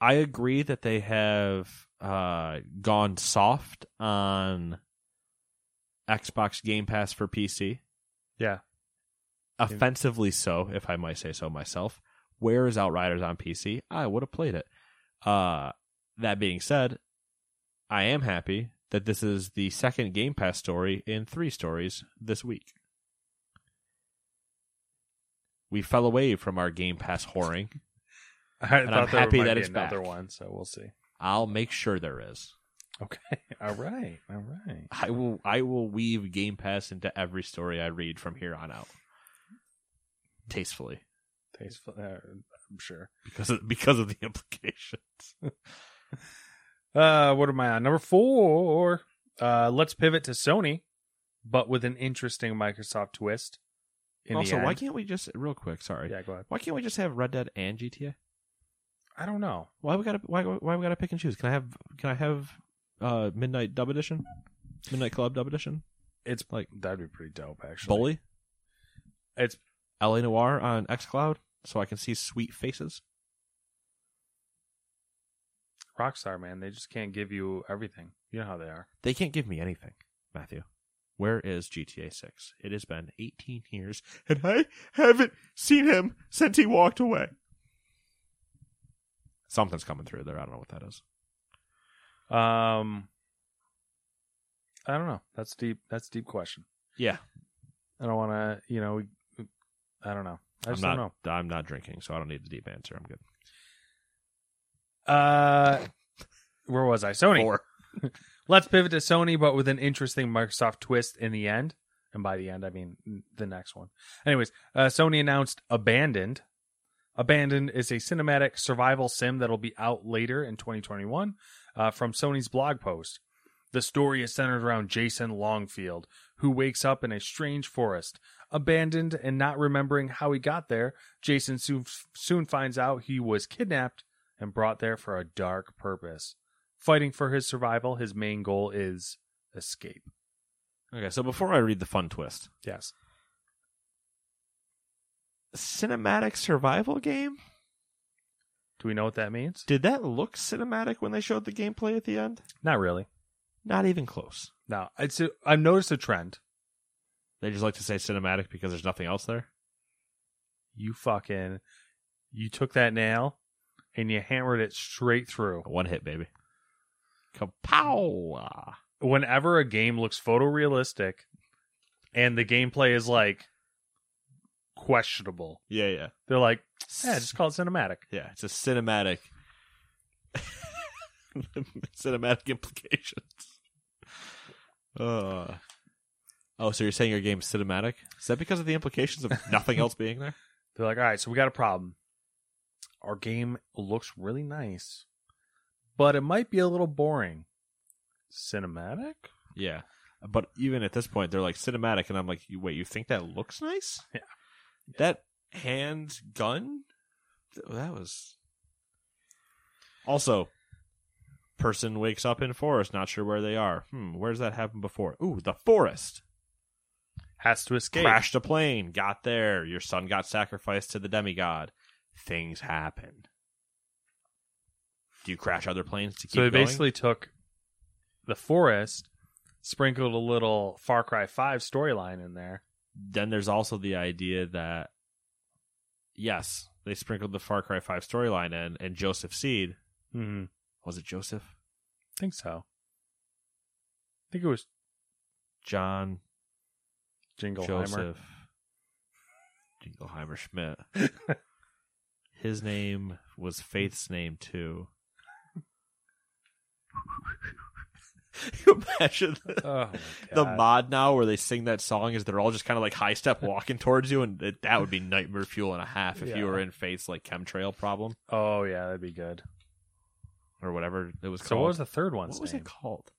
[SPEAKER 2] I agree that they have uh, gone soft on Xbox Game Pass for PC.
[SPEAKER 3] Yeah.
[SPEAKER 2] offensively so, if I might say so myself. Where is Outriders on PC? I would have played it. Uh, that being said, I am happy that this is the second Game Pass story in three stories this week. We fell away from our Game Pass whoring.
[SPEAKER 3] I
[SPEAKER 2] And I'm
[SPEAKER 3] thought there
[SPEAKER 2] happy
[SPEAKER 3] might
[SPEAKER 2] that
[SPEAKER 3] be
[SPEAKER 2] it's
[SPEAKER 3] another
[SPEAKER 2] back.
[SPEAKER 3] one, so we'll see.
[SPEAKER 2] I'll make sure there is.
[SPEAKER 3] Okay. All right. All right.
[SPEAKER 2] I will. I will weave Game Pass into every story I read from here on out, tastefully.
[SPEAKER 3] Tasteful. Uh, I'm sure.
[SPEAKER 2] because of because of the implications.
[SPEAKER 3] Uh, what am I on? Number four. Uh, let's pivot to Sony, but with an interesting Microsoft twist. In
[SPEAKER 2] also,
[SPEAKER 3] the
[SPEAKER 2] why
[SPEAKER 3] end.
[SPEAKER 2] can't we just real quick? Sorry,
[SPEAKER 3] Yeah, go ahead.
[SPEAKER 2] why can't we just have Red Dead and GTA?
[SPEAKER 3] I don't know.
[SPEAKER 2] Why we gotta why why we gotta pick and choose? Can I have can I have uh Midnight Dub Edition, Midnight Club Dub Edition,
[SPEAKER 3] It's
[SPEAKER 2] Like-
[SPEAKER 3] that'd be pretty dope, actually.
[SPEAKER 2] Bully,
[SPEAKER 3] It's
[SPEAKER 2] La Noir on XCloud, so I can see sweet faces.
[SPEAKER 3] Rockstar, man. They just can't give you everything. You know how they are.
[SPEAKER 2] They can't give me anything, Matthew. Where is GTA Six? It has been 18 years, and I haven't seen him since he walked away. Something's coming through there. I don't know what that is.
[SPEAKER 3] Um, I don't know. That's deep. That's a deep question.
[SPEAKER 2] Yeah,
[SPEAKER 3] I don't want to. You know, we- I don't know. I
[SPEAKER 2] I'm
[SPEAKER 3] just
[SPEAKER 2] not,
[SPEAKER 3] don't know.
[SPEAKER 2] I'm not drinking, so I don't need the deep answer. I'm good.
[SPEAKER 3] Uh, where was I? Sony. Let's pivot to Sony, but with an interesting Microsoft twist in the end. And by the end, I mean the next one. Anyways, uh, Sony announced Abandoned, Abandoned is a cinematic survival sim that'll be out later in 2021 uh, from Sony's blog post. The story is centered around Jason Longfield, who wakes up in a strange forest. Abandoned and not remembering how he got there, Jason soon, soon finds out he was kidnapped and brought there for a dark purpose. Fighting for his survival, his main goal is escape.
[SPEAKER 2] Okay, so before I read the fun twist,
[SPEAKER 3] Yes.
[SPEAKER 2] cinematic survival game?
[SPEAKER 3] Do we know what that means?
[SPEAKER 2] Did that look cinematic when they showed the gameplay at the end?
[SPEAKER 3] Not really.
[SPEAKER 2] Not even close.
[SPEAKER 3] No, it's a, I've noticed a trend.
[SPEAKER 2] They just like to say cinematic because there's nothing else there.
[SPEAKER 3] You fucking, you took that nail and you hammered it straight through.
[SPEAKER 2] One hit, baby. Kapow!
[SPEAKER 3] Whenever a game looks photorealistic and the gameplay is like questionable,
[SPEAKER 2] Yeah, yeah,
[SPEAKER 3] they're like, yeah, just call it cinematic.
[SPEAKER 2] yeah. It's a cinematic, cinematic implications. Uh. Oh, so you're saying your game's cinematic? Is that because of the implications of nothing else being there?
[SPEAKER 3] They're like, all right, so we got a problem. Our game looks really nice, but it might be a little boring. Cinematic?
[SPEAKER 2] Yeah. But even at this point, they're like cinematic, and I'm like, "You- wait, you think that looks nice?
[SPEAKER 3] Yeah.
[SPEAKER 2] That hand gun? Th- That was. Also, person wakes up in forest, not sure where they are. Hmm, where's that happened before? Ooh, the forest.
[SPEAKER 3] Has to escape.
[SPEAKER 2] Crashed a plane, got there. Your son got sacrificed to the demigod. Things happen. Do you crash other planes to keep
[SPEAKER 3] So they
[SPEAKER 2] going?
[SPEAKER 3] basically took the forest, sprinkled a little Far Cry Five storyline in there.
[SPEAKER 2] then there's also the idea that yes, they sprinkled the Far Cry Five storyline in, and Joseph Seed
[SPEAKER 3] Mm-hmm.
[SPEAKER 2] was it Joseph
[SPEAKER 3] think so. I think it was
[SPEAKER 2] John
[SPEAKER 3] Jingleheimer.
[SPEAKER 2] Joseph Jingleheimer Schmidt. His name was Faith's name too. you imagine the,
[SPEAKER 3] Oh, my
[SPEAKER 2] the
[SPEAKER 3] God.
[SPEAKER 2] mod now where they sing that song is they're all just kind of like high step walking towards you, and it, that would be nightmare fuel and a half if
[SPEAKER 3] Yeah.
[SPEAKER 2] you were in Faith's like chemtrail problem
[SPEAKER 3] Oh yeah, that'd be good.
[SPEAKER 2] or whatever it was
[SPEAKER 3] So
[SPEAKER 2] called.
[SPEAKER 3] what was the third one?
[SPEAKER 2] What was it called?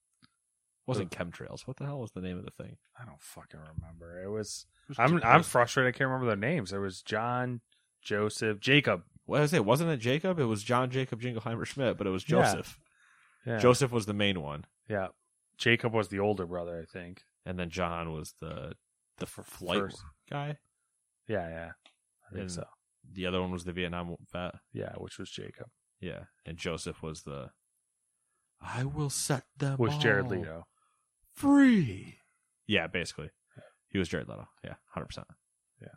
[SPEAKER 2] Wasn't chemtrails. What the hell was the name of the thing?
[SPEAKER 3] I don't fucking remember. It was. I'm I'm frustrated. I can't remember their names. There was John, Joseph, Jacob.
[SPEAKER 2] What did I say? Wasn't it Jacob? It was John Jacob Jingleheimer Schmidt, but it was
[SPEAKER 3] Yeah.
[SPEAKER 2] Joseph.
[SPEAKER 3] Yeah.
[SPEAKER 2] Joseph was the main one,
[SPEAKER 3] Yeah. Jacob was the older brother, I think.
[SPEAKER 2] and then John was the the flight
[SPEAKER 3] first.
[SPEAKER 2] guy.
[SPEAKER 3] Yeah, yeah. I think
[SPEAKER 2] And-
[SPEAKER 3] so.
[SPEAKER 2] The other one was the Vietnam vet.
[SPEAKER 3] Yeah, which was Jacob.
[SPEAKER 2] Yeah, and Joseph was the. I will set them.
[SPEAKER 3] Was Jared
[SPEAKER 2] all
[SPEAKER 3] Leto.
[SPEAKER 2] free? Yeah, basically, he was Jared Leto. Yeah, hundred percent.
[SPEAKER 3] Yeah.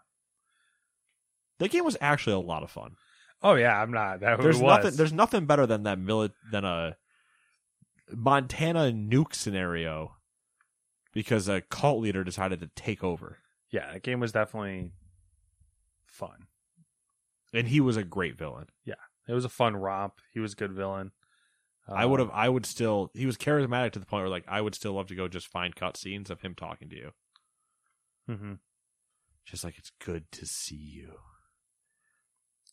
[SPEAKER 2] that game was actually a lot of fun.
[SPEAKER 3] Oh yeah, I'm not. That
[SPEAKER 2] there's
[SPEAKER 3] was.
[SPEAKER 2] nothing there's nothing better than that mili- than a Montana nuke scenario because a cult leader decided to take over
[SPEAKER 3] yeah, that game was definitely fun.
[SPEAKER 2] and he was a great villain.
[SPEAKER 3] It was a fun romp. He was a good villain.
[SPEAKER 2] I
[SPEAKER 3] Uh,
[SPEAKER 2] would have I would still he was charismatic to the point where like I would still love to go just find cutscenes of him talking to you.
[SPEAKER 3] mhm.
[SPEAKER 2] Just like it's good to see you.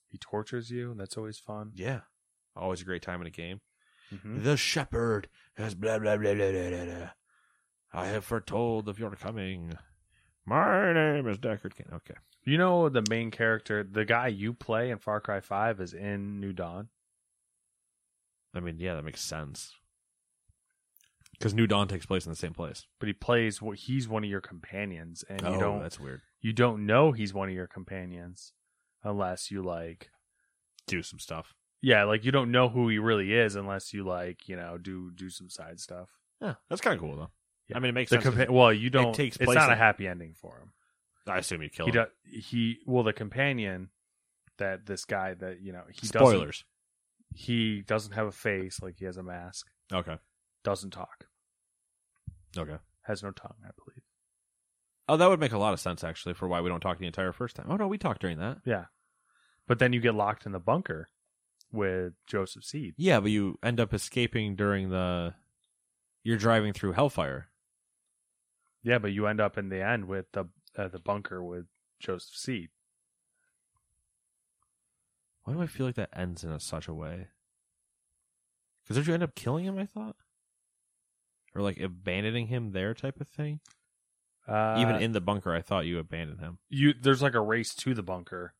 [SPEAKER 3] He tortures you. and That's always fun.
[SPEAKER 2] Yeah. Always a great time in a game.
[SPEAKER 3] hmm
[SPEAKER 2] Mm-hmm. The shepherd has blah blah blah blah blah blah. blah. I have foretold of your coming. My name is Deckard Kane. Okay.
[SPEAKER 3] You know the main character, the guy you play in Far Cry Five, is in New Dawn.
[SPEAKER 2] I mean, yeah, that makes sense. Because New Dawn takes place in the same place. Oh,
[SPEAKER 3] But he plays what he's one of your companions, and you don't
[SPEAKER 2] that's weird.
[SPEAKER 3] you don't know he's one of your companions unless you like
[SPEAKER 2] Do some stuff.
[SPEAKER 3] yeah like you don't know who he really is unless you like you know do do some side stuff
[SPEAKER 2] Yeah, that's kind of cool though.
[SPEAKER 3] Yeah.
[SPEAKER 2] I mean, it makes
[SPEAKER 3] the
[SPEAKER 2] sense.
[SPEAKER 3] compa- well you don't
[SPEAKER 2] takes
[SPEAKER 3] it's
[SPEAKER 2] place
[SPEAKER 3] not a
[SPEAKER 2] in-
[SPEAKER 3] happy ending for him
[SPEAKER 2] I assume you kill
[SPEAKER 3] he
[SPEAKER 2] him.
[SPEAKER 3] does he well the companion that this guy that you know he doesn't
[SPEAKER 2] Spoilers.
[SPEAKER 3] he doesn't have a face like he has a mask
[SPEAKER 2] Okay.
[SPEAKER 3] doesn't talk
[SPEAKER 2] Okay.
[SPEAKER 3] has no tongue i believe
[SPEAKER 2] Oh, that would make a lot of sense actually for why we don't talk the entire first time. Oh no, we talked during that.
[SPEAKER 3] yeah but then you get locked in the bunker with joseph seed
[SPEAKER 2] Yeah, but you end up escaping during the. You're driving through Hellfire.
[SPEAKER 3] yeah but you end up in the end with the uh, the bunker with joseph seed
[SPEAKER 2] Why do I feel like that ends in a, such a way? Because did you end up killing him? I thought, or like abandoning him there, type of thing.
[SPEAKER 3] Uh,
[SPEAKER 2] Even in the bunker, I thought you abandoned him.
[SPEAKER 3] you, there's like a race to the bunker,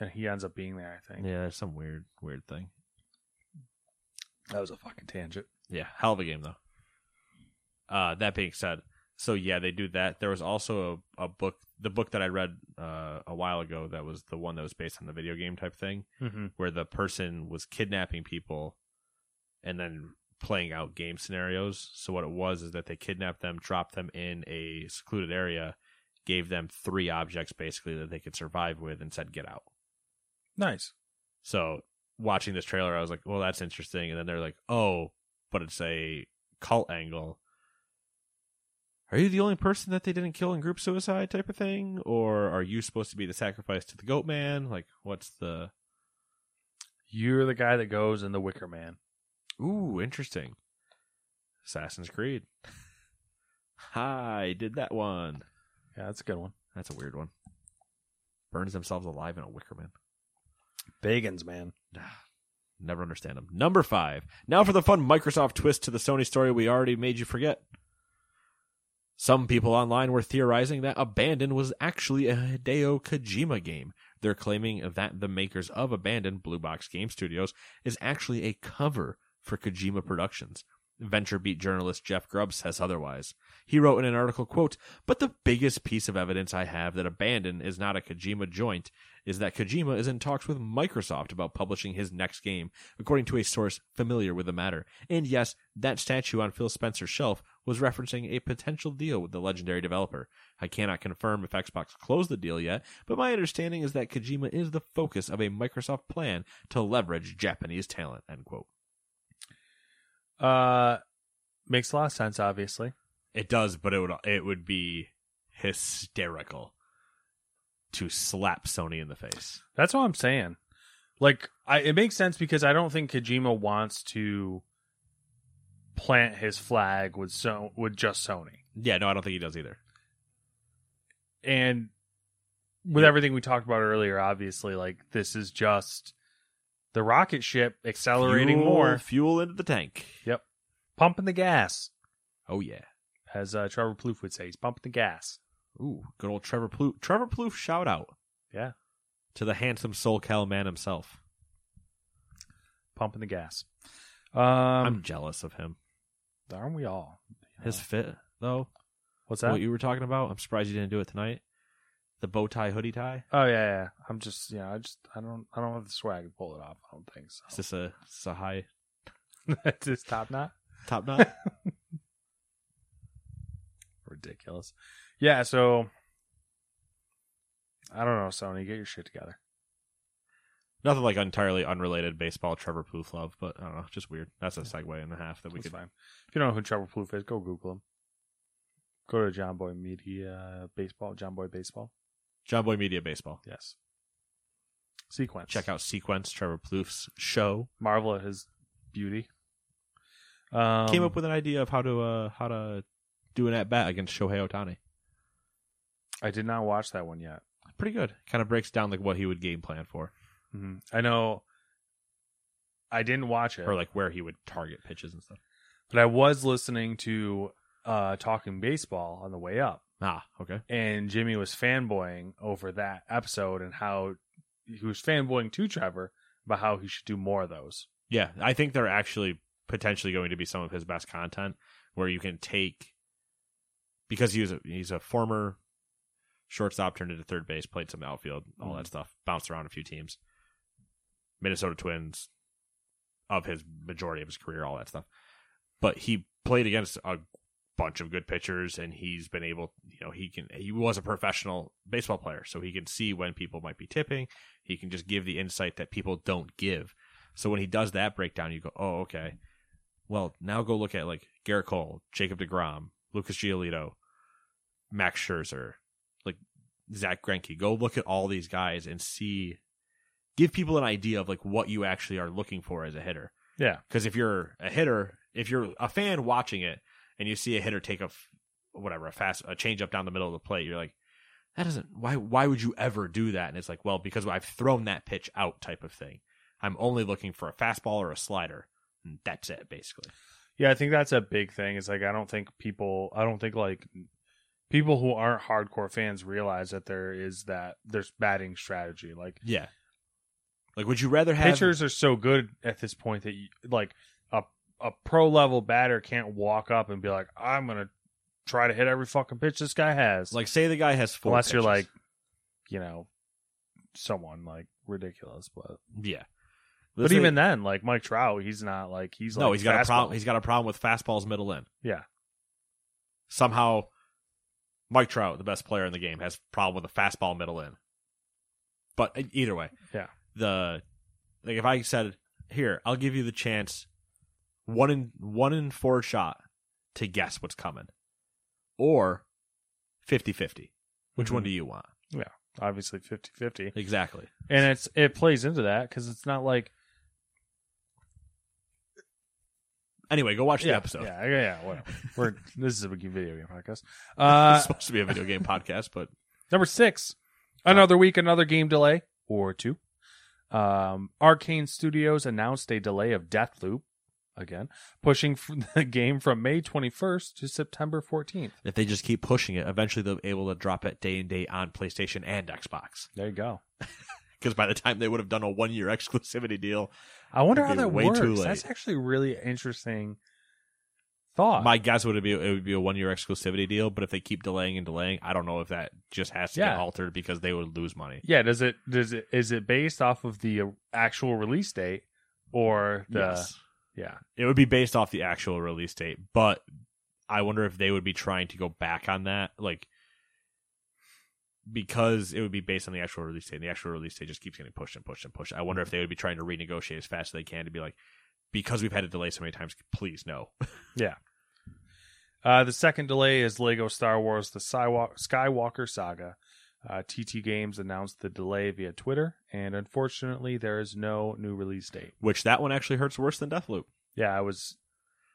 [SPEAKER 3] and he ends up being there. I think
[SPEAKER 2] Yeah, that's some weird, weird thing.
[SPEAKER 3] that was a fucking tangent.
[SPEAKER 2] Yeah, hell of a game though. Uh, that being said, so yeah, they do that. There was also a, a book, the book that I read uh, a while ago, that was the one that was based on the video game type thing,
[SPEAKER 3] Mm-hmm.
[SPEAKER 2] where the person was kidnapping people and then playing out game scenarios. So what it was is that they kidnapped them, dropped them in a secluded area, gave them three objects basically that they could survive with, and said, "Get out."
[SPEAKER 3] Nice.
[SPEAKER 2] So watching this trailer, I was like, "Well, that's interesting." And then they're like, "Oh, but it's a cult angle." Are you the only person that they didn't kill in group suicide type of thing, or are you supposed to be the sacrifice to the goat man? Like, what's the?
[SPEAKER 3] You're the guy that goes in the Wicker Man.
[SPEAKER 2] Ooh, interesting. Assassin's Creed. Hi, did that one.
[SPEAKER 3] Yeah, that's a good one.
[SPEAKER 2] That's a weird one. Burns themselves alive in a wicker man.
[SPEAKER 3] Bagans, man.
[SPEAKER 2] Never understand them. Number five. Now for the fun Microsoft twist to the Sony story we already made you forget. Some people online were theorizing that Abandon was actually a Hideo Kojima game. They're claiming that the makers of Abandon, Blue Box Game Studios, is actually a cover for Kojima Productions. VentureBeat journalist Jeff Grubb says otherwise. He wrote in an article, quote, But the biggest piece of evidence I have that Abandon is not a Kojima joint is that Kojima is in talks with Microsoft about publishing his next game, according to a source familiar with the matter. And yes, that statue on Phil Spencer's shelf was referencing a potential deal with the legendary developer. I cannot confirm if Xbox closed the deal yet, but my understanding is that Kojima is the focus of a Microsoft plan to leverage Japanese talent, end quote.
[SPEAKER 3] Uh, makes a lot of sense, obviously.
[SPEAKER 2] It does, but it would it would be hysterical to slap Sony in the face.
[SPEAKER 3] That's what I'm saying. Like, I, it makes sense because I don't think Kojima wants to plant his flag with so with just Sony.
[SPEAKER 2] Yeah, no, I don't think he does either.
[SPEAKER 3] And with everything we talked about earlier, obviously, like this is just the rocket ship accelerating
[SPEAKER 2] Fuel-
[SPEAKER 3] more,
[SPEAKER 2] fuel into the tank.
[SPEAKER 3] pumping the gas,
[SPEAKER 2] Oh yeah.
[SPEAKER 3] as uh, Trevor Plouffe would say. He's pumping the gas.
[SPEAKER 2] Ooh, good old Trevor Plouffe. Trevor Plouffe shout out
[SPEAKER 3] Yeah,
[SPEAKER 2] to the handsome soul cal man himself.
[SPEAKER 3] pumping the gas. Um,
[SPEAKER 2] I'm jealous of him.
[SPEAKER 3] aren't we all?
[SPEAKER 2] His fit though,
[SPEAKER 3] What's that?
[SPEAKER 2] what you were talking about. I'm surprised you didn't do it tonight. The bow tie hoodie tie.
[SPEAKER 3] Oh yeah, yeah. I'm just you know, I just I don't I don't have the swag to pull it off. I don't think
[SPEAKER 2] Is
[SPEAKER 3] so.
[SPEAKER 2] this a, is this a high
[SPEAKER 3] That's his top knot.
[SPEAKER 2] top knot?
[SPEAKER 3] Ridiculous. Yeah, so I don't know, Sony, get your shit together.
[SPEAKER 2] Nothing like entirely unrelated baseball Trevor Plouffe love, but I don't know, just weird. That's a segue and a half that we
[SPEAKER 3] That's
[SPEAKER 2] could.
[SPEAKER 3] fine. If you don't know who Trevor Plouffe is, go Google him. Go to John Boy Media uh, Baseball, John Boy Baseball.
[SPEAKER 2] John Boy Media Baseball.
[SPEAKER 3] Yes. Sequence.
[SPEAKER 2] Check out Sequence Trevor Plouffe's show.
[SPEAKER 3] Marvel at his beauty. Um,
[SPEAKER 2] Came up with an idea of how to uh, how to do an at bat against Shohei Otani.
[SPEAKER 3] I did not watch that one yet.
[SPEAKER 2] Pretty good. Kind of breaks down like what he would game plan for,
[SPEAKER 3] hmm I know. I didn't watch it.
[SPEAKER 2] or like where he would target pitches and stuff.
[SPEAKER 3] but I was listening to uh talking baseball on the way up
[SPEAKER 2] Ah, okay.
[SPEAKER 3] and Jimmy was fanboying over that episode and how he was fanboying to Trevor about how he should do more of those.
[SPEAKER 2] Yeah, I think they're actually potentially going to be some of his best content where you can take because he's a, he's a former shortstop turned into third base, played some outfield, all that stuff, bounced around a few teams. Minnesota Twins of his majority of his career, all that stuff. But he played against a bunch of good pitchers and he's been able, you know, he can he was a professional baseball player, so he can see when people might be tipping. He can just give the insight that people don't give. So when he does that breakdown, you go, oh, okay. Well, now go look at like Garrett Cole, Jacob DeGrom, Lucas Giolito, Max Scherzer, like Zach Greinke. Go look at all these guys and see, give people an idea of like what you actually are looking for as a hitter.
[SPEAKER 3] Yeah.
[SPEAKER 2] Because if you're a hitter, if you're a fan watching it and you see a hitter take a f- whatever a fast a changeup down the middle of the plate, you're like, that doesn't why why would you ever do that? And it's like, well, because I've thrown that pitch out type of thing. I'm only looking for a fastball or a slider. And that's it basically.
[SPEAKER 3] Yeah, I think that's a big thing. It's like I don't think people I don't think like people who aren't hardcore fans realize that there is that there's batting strategy. Like
[SPEAKER 2] Yeah. Like would you rather have
[SPEAKER 3] pitchers are so good at this point that you, like a a pro level batter can't walk up and be like, I'm gonna try to hit every fucking pitch this guy has.
[SPEAKER 2] like say the guy has four
[SPEAKER 3] unless you're
[SPEAKER 2] pitches.
[SPEAKER 3] like, you know, someone like ridiculous, but
[SPEAKER 2] Yeah.
[SPEAKER 3] but even then, like Mike Trout, he's not like he's
[SPEAKER 2] No,
[SPEAKER 3] like
[SPEAKER 2] he's got a
[SPEAKER 3] fastball.
[SPEAKER 2] problem he's got a problem with fastballs middle in.
[SPEAKER 3] yeah,
[SPEAKER 2] Somehow Mike Trout, the best player in the game, has problem with a fastball middle in. But e- either way,
[SPEAKER 3] yeah,
[SPEAKER 2] the like if I said here, I'll give you the chance one in one in four shot to guess what's coming. Or 50-50. Which one
[SPEAKER 3] Mhm.
[SPEAKER 2] do you want?
[SPEAKER 3] yeah. Obviously, 50-50.
[SPEAKER 2] Exactly.
[SPEAKER 3] and it's it plays into that because it's not like
[SPEAKER 2] Anyway, go watch
[SPEAKER 3] yeah,
[SPEAKER 2] the episode.
[SPEAKER 3] Yeah, yeah, yeah. Whatever. We're this is a video game podcast.
[SPEAKER 2] it's
[SPEAKER 3] Uh,
[SPEAKER 2] supposed to be a video game podcast, but
[SPEAKER 3] number six, another week, another game delay or two. Um, Arcane Studios announced a delay of Deathloop again, pushing f- the game from May 21st to September 14th.
[SPEAKER 2] if they just keep pushing it, eventually they'll be able to drop it day and day on PlayStation and Xbox.
[SPEAKER 3] There you go.
[SPEAKER 2] Because by the time they would have done a one year exclusivity deal,
[SPEAKER 3] I wonder
[SPEAKER 2] It'd
[SPEAKER 3] how
[SPEAKER 2] be
[SPEAKER 3] that
[SPEAKER 2] way
[SPEAKER 3] works.
[SPEAKER 2] too late.
[SPEAKER 3] That's actually a really interesting thought.
[SPEAKER 2] my guess would be it would be a one year exclusivity deal. But if they keep delaying and delaying, I don't know if that just has to
[SPEAKER 3] Yeah.
[SPEAKER 2] get altered because they would lose money.
[SPEAKER 3] yeah, does it does it is it based off of the uh, actual release date or the yeah.
[SPEAKER 2] it would be based off the actual release date, but I wonder if they would be trying to go back on that, like because it would be based on the actual release date. And the actual release date just keeps getting pushed and pushed and pushed. I wonder if they would be trying to renegotiate as fast as they can to be like, because we've had a delay so many times, please no.
[SPEAKER 3] Uh, the second delay is Lego Star Wars: The Skywalk- Skywalker Saga. Uh, TT Games announced the delay via Twitter, and unfortunately, there is no new release date.
[SPEAKER 2] Which that one actually hurts worse than Deathloop.
[SPEAKER 3] Yeah, I was.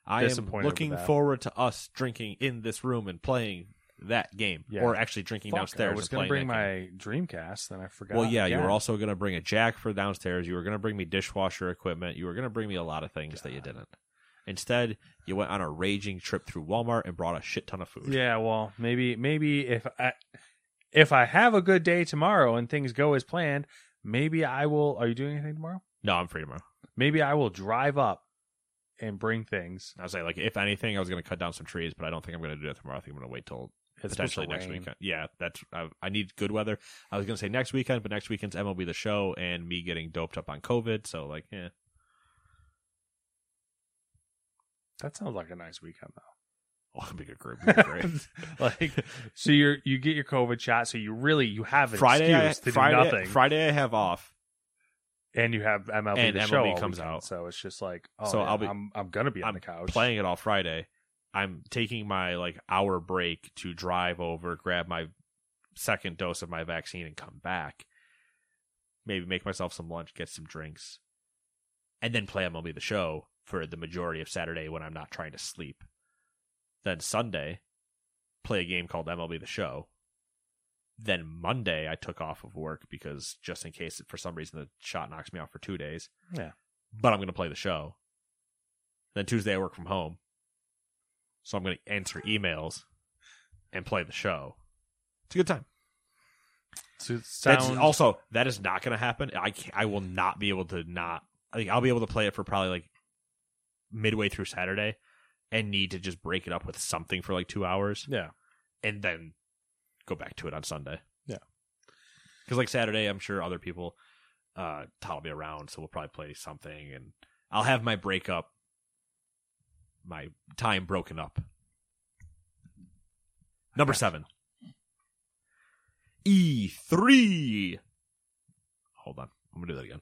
[SPEAKER 2] I am
[SPEAKER 3] Disappointed with
[SPEAKER 2] looking
[SPEAKER 3] that.
[SPEAKER 2] forward to us drinking in this room and playing that game,
[SPEAKER 3] Yeah.
[SPEAKER 2] or actually drinking
[SPEAKER 3] Fuck,
[SPEAKER 2] downstairs.
[SPEAKER 3] I was
[SPEAKER 2] and
[SPEAKER 3] going to
[SPEAKER 2] playing
[SPEAKER 3] bring
[SPEAKER 2] that game.
[SPEAKER 3] my Dreamcast, then I forgot.
[SPEAKER 2] Well, yeah, you were also going to bring a jack for downstairs. You were going to bring me dishwasher equipment. You were going to bring me a lot of things that you didn't. Instead, you went on a raging trip through Walmart and brought a shit ton of food.
[SPEAKER 3] Yeah, well, maybe maybe if I if I have a good day tomorrow and things go as planned, maybe I will. Are you doing anything tomorrow?
[SPEAKER 2] No, I'm free tomorrow.
[SPEAKER 3] Maybe I will drive up and bring things.
[SPEAKER 2] I was like, like if anything, I was going to cut down some trees, but I don't think I'm going to do that tomorrow. I think I'm going to wait till
[SPEAKER 3] It's supposed to
[SPEAKER 2] potentially next
[SPEAKER 3] rain.
[SPEAKER 2] weekend. Yeah, that's I, I need good weather. I was going to say next weekend, but next weekend's MLB the show and me getting doped up on COVID. So like, eh, yeah,
[SPEAKER 3] That sounds like a nice weekend, though.
[SPEAKER 2] oh, it'd be good, it'd be great.
[SPEAKER 3] like so you're you get your covid shot so you really you have an
[SPEAKER 2] Friday, I,
[SPEAKER 3] excuse to do
[SPEAKER 2] Friday,
[SPEAKER 3] nothing
[SPEAKER 2] Friday, I have off.
[SPEAKER 3] and you have mlb
[SPEAKER 2] And
[SPEAKER 3] the
[SPEAKER 2] MLB
[SPEAKER 3] show all
[SPEAKER 2] comes
[SPEAKER 3] weekend.
[SPEAKER 2] out.
[SPEAKER 3] so it's just like oh
[SPEAKER 2] So
[SPEAKER 3] yeah,
[SPEAKER 2] I'll be-
[SPEAKER 3] i'm i'm gonna be on
[SPEAKER 2] I'm
[SPEAKER 3] the couch
[SPEAKER 2] playing it all Friday. I'm taking my like hour break to drive over, grab my second dose of my vaccine, and come back. Maybe make myself some lunch, get some drinks, and then play MLB the show for the majority of Saturday when I'm not trying to sleep. Then Sunday, play a game called MLB the show. Then Monday, I took off of work because just in case for some reason the shot knocks me out for two days
[SPEAKER 3] yeah
[SPEAKER 2] but I'm going to play the show. Then Tuesday I work from home. So I'm going to answer emails and play the show. It's a good time.
[SPEAKER 3] so it
[SPEAKER 2] That's
[SPEAKER 3] sounds
[SPEAKER 2] also that is not going to happen. I can't, I will not be able to not I think I'll be able to play it for probably like midway through Saturday and need to just break it up with something for like 2 hours
[SPEAKER 3] yeah
[SPEAKER 2] and then go back to it on Sunday.
[SPEAKER 3] Yeah.
[SPEAKER 2] Because like Saturday, I'm sure other people, uh, Todd will be around, so we'll probably play something, and I'll have my breakup, my time broken up. Number seven. E three. Hold on, I'm gonna do that again.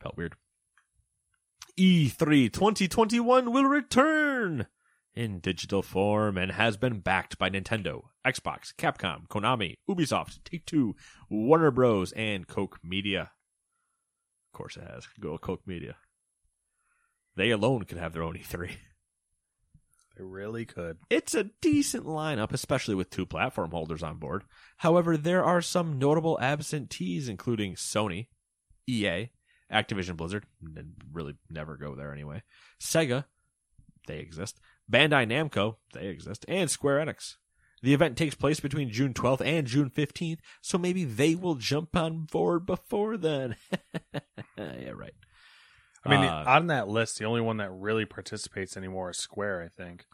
[SPEAKER 2] Felt weird. E E3 2021 will return in digital form and has been backed by Nintendo, Xbox, Capcom, Konami, Ubisoft, Take Two, Warner Bros., and Coke Media. Of course, it has. Go Coke Media. They alone could have their own E E3.
[SPEAKER 3] They really could.
[SPEAKER 2] It's a decent lineup, especially with two platform holders on board. However, there are some notable absentees, including Sony, EA, Activision Blizzard, n- really never go there anyway, Sega, they exist, Bandai Namco, they exist, and Square Enix. The event takes place between June 12th and June 15th, so maybe they will jump on board before then. yeah, right.
[SPEAKER 3] I mean,
[SPEAKER 2] Uh,
[SPEAKER 3] on that list, the only one that really participates anymore is Square. I think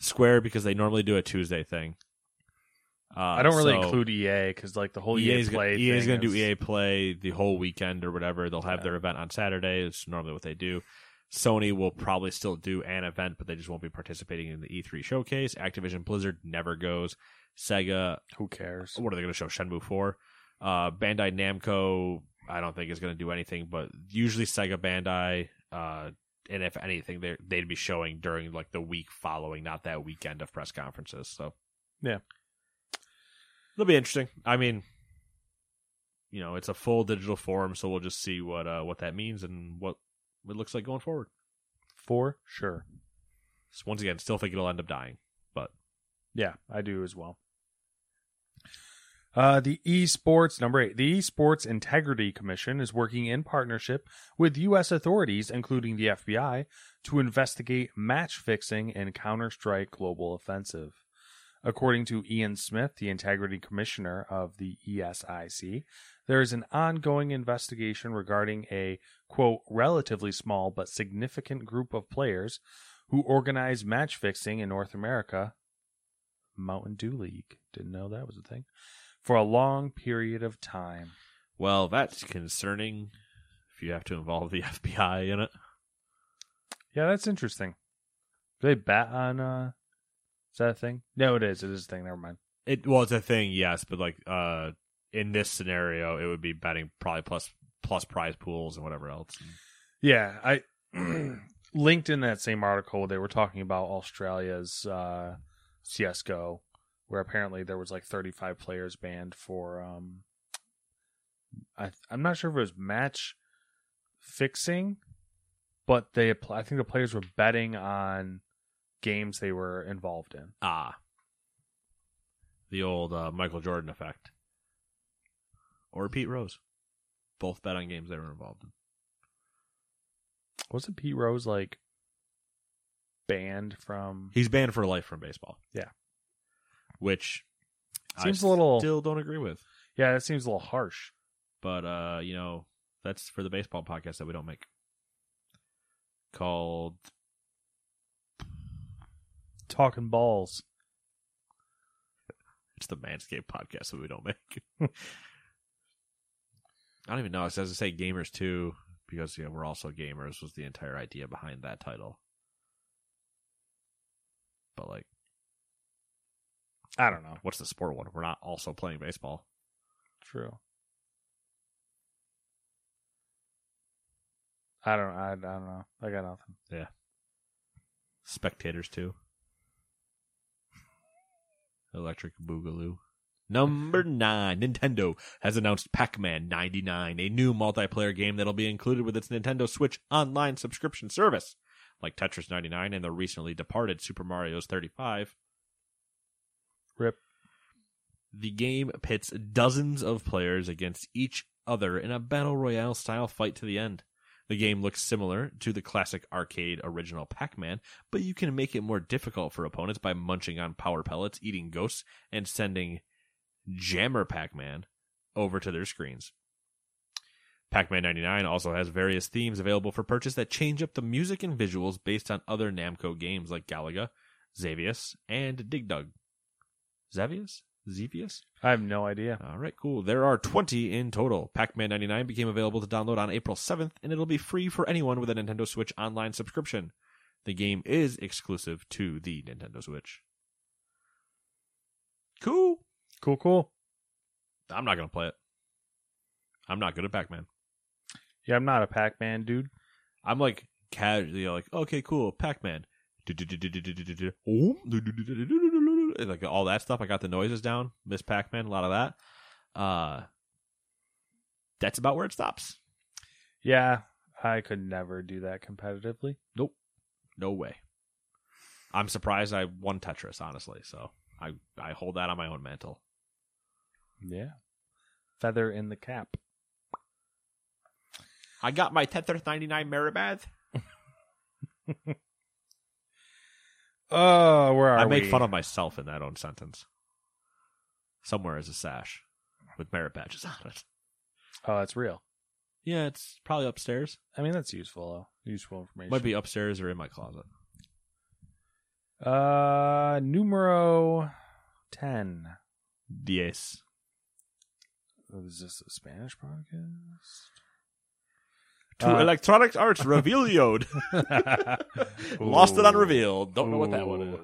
[SPEAKER 2] Square because they normally do a Tuesday thing. Uh,
[SPEAKER 3] I don't really
[SPEAKER 2] so
[SPEAKER 3] include EA because like the whole EA
[SPEAKER 2] EA's
[SPEAKER 3] E play.
[SPEAKER 2] E Gonna, EA's
[SPEAKER 3] thing
[SPEAKER 2] going to do
[SPEAKER 3] is-
[SPEAKER 2] EA Play the whole weekend or whatever. They'll have their event on Saturday. It's normally what they do. Sony will probably still do an event, but they just won't be participating in the E3 showcase. Activision Blizzard never goes. Sega,
[SPEAKER 3] Who cares?
[SPEAKER 2] what are they going to show? Shenmue 4. Uh, Bandai Namco, I don't think is going to do anything, but usually Sega Bandai, uh, and if anything, they they'd be showing during like the week following, not that weekend of press conferences. So
[SPEAKER 3] Yeah.
[SPEAKER 2] It'll be interesting. I mean, you know, it's a full digital form, so we'll just see what uh, what that means and what it looks like going forward.
[SPEAKER 3] For sure.
[SPEAKER 2] So once again, still think it'll end up dying, but
[SPEAKER 3] Yeah, I do as well. Uh, the esports number eight. The Esports Integrity Commission is working in partnership with U.S. authorities, including the FBI, to investigate match fixing in Counter Strike Global Offensive. According to Ian Smith, the Integrity Commissioner of the E ESIC, there is an ongoing investigation regarding a, quote, relatively small but significant group of players who organize match fixing in North America Mountain Dew League. Didn't know that was a thing. For a long period of time.
[SPEAKER 2] well, that's concerning. If you have to involve the FBI in it,
[SPEAKER 3] Yeah, that's interesting. Do they bet on uh is that a thing? No, it is. It is a thing. Never mind.
[SPEAKER 2] it was a thing, yes, but like uh, in this scenario, it would be betting probably plus plus prize pools and whatever else.
[SPEAKER 3] Yeah, I linked in that same article they were talking about Australia's uh CS:GO where apparently there was like 35 players banned for um I I'm not sure if it was match fixing but they appl- I think the players were betting on games they were involved in.
[SPEAKER 2] Ah, the old uh, Michael Jordan effect, or Pete Rose, both bet on games they were involved in.
[SPEAKER 3] Wasn't Pete Rose like banned from
[SPEAKER 2] He's banned for life from baseball.
[SPEAKER 3] Yeah.
[SPEAKER 2] Which
[SPEAKER 3] Seems
[SPEAKER 2] I
[SPEAKER 3] a little-
[SPEAKER 2] still don't agree with.
[SPEAKER 3] Yeah, that seems a little harsh.
[SPEAKER 2] But uh, you know, that's for the baseball podcast that we don't make. Called
[SPEAKER 3] Talking balls.
[SPEAKER 2] it's the Manscaped podcast that we don't make. I don't even know. It says to say gamers too. because you know we're also gamers was the entire idea behind that title. But like, I don't know. What's the sport one? We're not also playing baseball.
[SPEAKER 3] True. I don't. I, I don't know. I got nothing.
[SPEAKER 2] Yeah. Spectators too. Electric Boogaloo. Number nine, Nintendo has announced Pac Man 99, a new multiplayer game that'll be included with its Nintendo Switch online subscription service. Like Tetris 99 and the recently departed Super Mario's 35,
[SPEAKER 3] Rip.
[SPEAKER 2] the game pits dozens of players against each other in a battle royale style fight to the end. The game looks similar to the classic arcade original Pac Man, but you can make it more difficult for opponents by munching on power pellets, eating ghosts, and sending Jammer Pac Man over to their screens. Pac Man 99 also has various themes available for purchase that change up the music and visuals based on other Namco games like Galaga, Xavius, and Dig Dug. Xavius? Xevius?
[SPEAKER 3] I have no idea.
[SPEAKER 2] All right, cool. There are 20 in total. Pac Man 99 became available to download on April 7th, and it'll be free for anyone with a Nintendo Switch online subscription. The game is exclusive to the Nintendo Switch. Cool.
[SPEAKER 3] Cool. Cool.
[SPEAKER 2] I'm not going to play it. I'm not good at Pac Man.
[SPEAKER 3] Yeah, I'm not a Pac-Man dude.
[SPEAKER 2] I'm like casually like, okay, cool, Pac Man. Like all that stuff. I got the noises down. Miss Pac Man, a lot of that. Uh, that's about where it stops.
[SPEAKER 3] Yeah, I could never do that competitively.
[SPEAKER 2] Nope. No way. I'm surprised I won Tetris, honestly. So I, I hold that on my own mantle.
[SPEAKER 3] Yeah. Feather in the cap.
[SPEAKER 2] I got my Tetris 99 Maribad.
[SPEAKER 3] Oh, where are
[SPEAKER 2] I make
[SPEAKER 3] we?
[SPEAKER 2] fun of myself in that own sentence. Somewhere is a sash with merit badges on it.
[SPEAKER 3] Oh, that's real.
[SPEAKER 2] Yeah, it's probably upstairs.
[SPEAKER 3] I mean, that's useful though. Useful information.
[SPEAKER 2] Might be upstairs or in my closet.
[SPEAKER 3] Uh, numero ten.
[SPEAKER 2] Yes.
[SPEAKER 3] Is this a Spanish podcast?
[SPEAKER 2] To
[SPEAKER 3] Uh,
[SPEAKER 2] Electronic Arts Revealed. Lost it on Revealed. Don't know what that one
[SPEAKER 3] Ooh.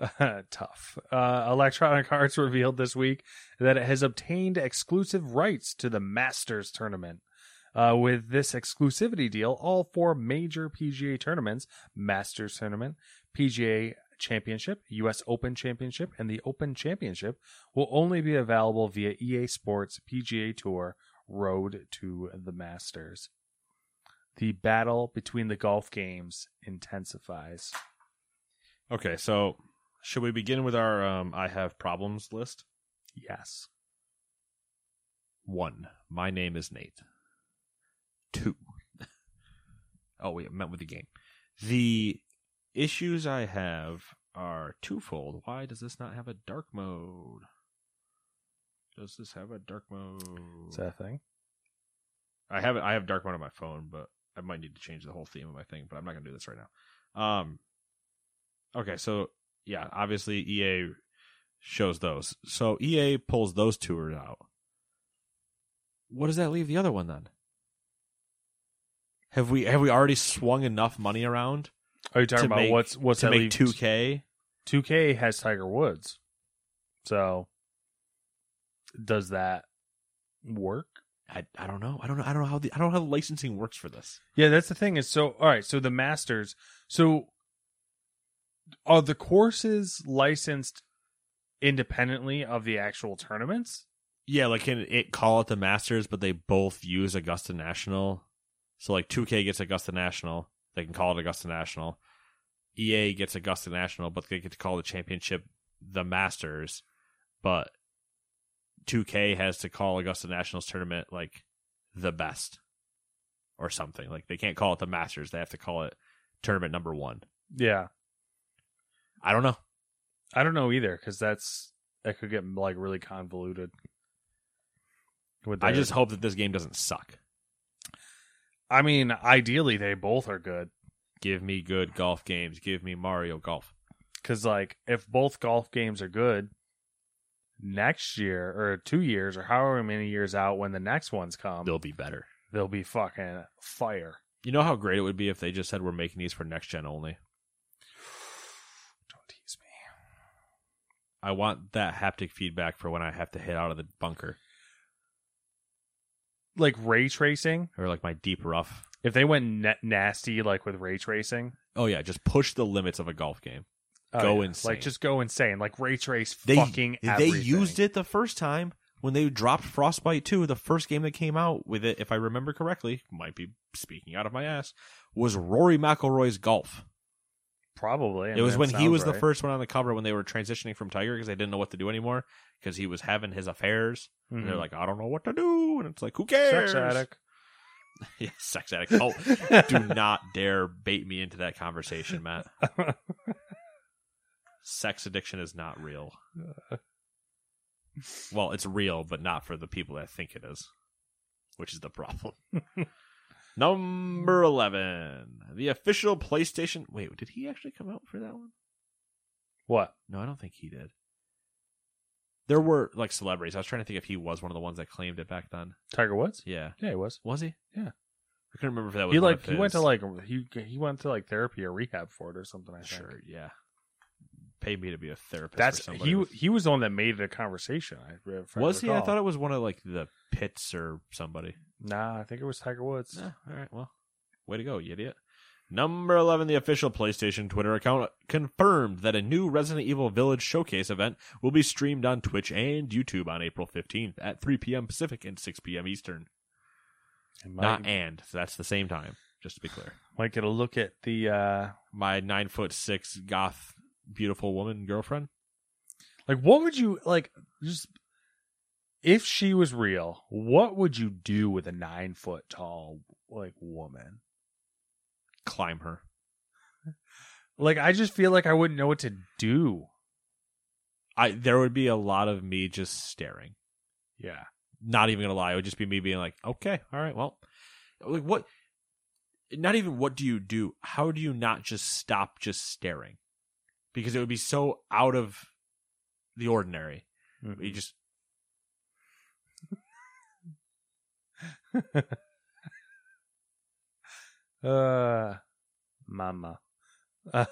[SPEAKER 2] is.
[SPEAKER 3] Tough. Uh, Electronic Arts revealed this week that it has obtained exclusive rights to the Masters tournament. Uh, with this exclusivity deal, all four major PGA tournaments Masters tournament, PGA Championship, U.S. Open Championship, and the Open Championship will only be available via EA Sports PGA Tour Road to the Masters. The battle between the golf games intensifies.
[SPEAKER 2] Okay, so should we begin with our um, I have problems list?
[SPEAKER 3] Yes.
[SPEAKER 2] One, my name is Nate. Two, oh, we met with the game. The issues I have are twofold. Why does this not have a dark mode? Does this have a dark mode?
[SPEAKER 3] Is that a thing?
[SPEAKER 2] I have I have dark mode on my phone, but I might need to change the whole theme of my thing. But I'm not gonna do this right now. Um. Okay, so yeah, obviously EA shows those. So EA pulls those two out. What does that leave the other one then? Have we have we already swung enough money around
[SPEAKER 3] Are you talking
[SPEAKER 2] to
[SPEAKER 3] about
[SPEAKER 2] make-
[SPEAKER 3] what's what's
[SPEAKER 2] to
[SPEAKER 3] that
[SPEAKER 2] make
[SPEAKER 3] leave-
[SPEAKER 2] two K?
[SPEAKER 3] 2K has Tiger Woods. So does that work?
[SPEAKER 2] I I don't know. I don't know. I don't know how the I don't know how the licensing works for this.
[SPEAKER 3] Yeah, that's the thing is so all right, so the Masters. So are the courses licensed independently of the actual tournaments?
[SPEAKER 2] Yeah, like can it call it the Masters, but they both use Augusta National. So like 2K gets Augusta National, they can call it Augusta National. EA gets Augusta National, but they get to call the championship the Masters. But 2K has to call Augusta National's tournament like the best or something. Like they can't call it the Masters, they have to call it tournament number 1.
[SPEAKER 3] Yeah.
[SPEAKER 2] I don't know.
[SPEAKER 3] I don't know either cuz that's that could get like really convoluted. With
[SPEAKER 2] I
[SPEAKER 3] their-
[SPEAKER 2] just hope that this game doesn't suck.
[SPEAKER 3] I mean, ideally they both are good.
[SPEAKER 2] Give me good golf games, give me Mario Golf.
[SPEAKER 3] Because, like, if both golf games are good next year or two years or however many years out when the next ones come,
[SPEAKER 2] They'll be better.
[SPEAKER 3] they'll be fucking fire.
[SPEAKER 2] You know how great it would be if they just said we're making these for next gen only.
[SPEAKER 3] Don't tease me.
[SPEAKER 2] I want that haptic feedback for when I have to hit out of the bunker
[SPEAKER 3] Like ray tracing,
[SPEAKER 2] or like my deep rough.
[SPEAKER 3] if they went na- nasty like with ray tracing,
[SPEAKER 2] Oh yeah, just push the limits of a golf game.
[SPEAKER 3] oh,
[SPEAKER 2] Go
[SPEAKER 3] yeah.
[SPEAKER 2] insane.
[SPEAKER 3] Like just go insane. Like ray trace fucking
[SPEAKER 2] they used it the first time when they dropped Frostbite 2, the first game that came out with it, if I remember correctly, might be speaking out of my ass, was Rory McIlroy's golf.
[SPEAKER 3] Probably. I
[SPEAKER 2] it
[SPEAKER 3] mean,
[SPEAKER 2] was
[SPEAKER 3] that
[SPEAKER 2] when he
[SPEAKER 3] sounds
[SPEAKER 2] was the
[SPEAKER 3] right.
[SPEAKER 2] first one on the cover when they were transitioning from Tiger because they didn't know what to do anymore because he was having his affairs. And they're
[SPEAKER 3] Mhm.
[SPEAKER 2] like, I don't know what to do. And it's like, who cares?
[SPEAKER 3] sex addict.
[SPEAKER 2] yeah, sex addict. Oh, do not dare bait me into that conversation, Matt. Sex addiction is not real. Well, it's real, but not for the people that think it is, which is the problem. Number 11, the official PlayStation. Wait, did he actually come out for that one?
[SPEAKER 3] What?
[SPEAKER 2] No, I don't think he did. There were like celebrities. I was trying to think if he was one of the ones that claimed it back then.
[SPEAKER 3] Tiger Woods?
[SPEAKER 2] Yeah.
[SPEAKER 3] Yeah, he was.
[SPEAKER 2] Was he?
[SPEAKER 3] Yeah.
[SPEAKER 2] I couldn't remember if that was
[SPEAKER 3] He
[SPEAKER 2] one of
[SPEAKER 3] like he went to
[SPEAKER 2] his.
[SPEAKER 3] like he he went to like therapy or rehab for it or something. I think.
[SPEAKER 2] Sure, yeah. Pay me to be a therapist. for
[SPEAKER 3] That's
[SPEAKER 2] somebody
[SPEAKER 3] he
[SPEAKER 2] with-
[SPEAKER 3] he was the one that made it a conversation. I if
[SPEAKER 2] was he? I
[SPEAKER 3] recall.
[SPEAKER 2] thought it was one of like the pits or somebody.
[SPEAKER 3] Nah, I think it was Tiger Woods.
[SPEAKER 2] Nah, all right, well, way to go, you idiot. Number eleven, the official PlayStation Twitter account confirmed that a new Resident Evil Village showcase event will be streamed on Twitch and YouTube on April fifteenth at three p.m. Pacific and six p.m. Eastern.
[SPEAKER 3] And
[SPEAKER 2] Not
[SPEAKER 3] might,
[SPEAKER 2] and, so that's the same time. Just to be clear,
[SPEAKER 3] might get a look at the uh
[SPEAKER 2] my nine foot six goth beautiful woman girlfriend.
[SPEAKER 3] like what would you like just if she was real, what would you do with a nine foot tall like woman?
[SPEAKER 2] Climb her.
[SPEAKER 3] Like I just feel like I wouldn't know what to do.
[SPEAKER 2] I there would be a lot of me just staring.
[SPEAKER 3] Yeah.
[SPEAKER 2] not even gonna lie, it would just be me being like, okay, all right, well, like what? Not even what do you do? How do you not just stop just staring? Because it would be so out of the ordinary. Mm-hmm. You just
[SPEAKER 3] Uh, mama. Uh,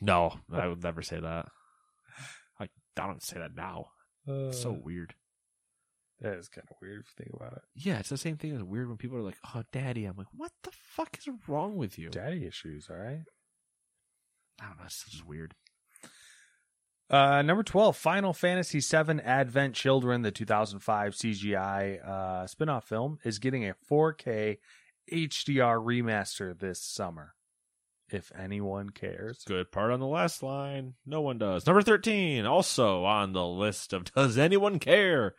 [SPEAKER 2] no, I would never say that. Like I don't say that now. It's so
[SPEAKER 3] so
[SPEAKER 2] weird.
[SPEAKER 3] that is kind of weird if you think about it.
[SPEAKER 2] Yeah, it's the same thing as weird when people are like, "Oh, daddy," I'm like, "What the fuck is wrong with you?"
[SPEAKER 3] Daddy issues, all right.
[SPEAKER 2] I don't know. It's just weird.
[SPEAKER 3] Uh, number 12, Final Fantasy VII Advent Children, the 2005 CGI uh, spin off film, is getting a 4K HDR remaster this summer. If anyone cares.
[SPEAKER 2] Good part on the last line. No one does. Number 13, also on the list of Does Anyone Care?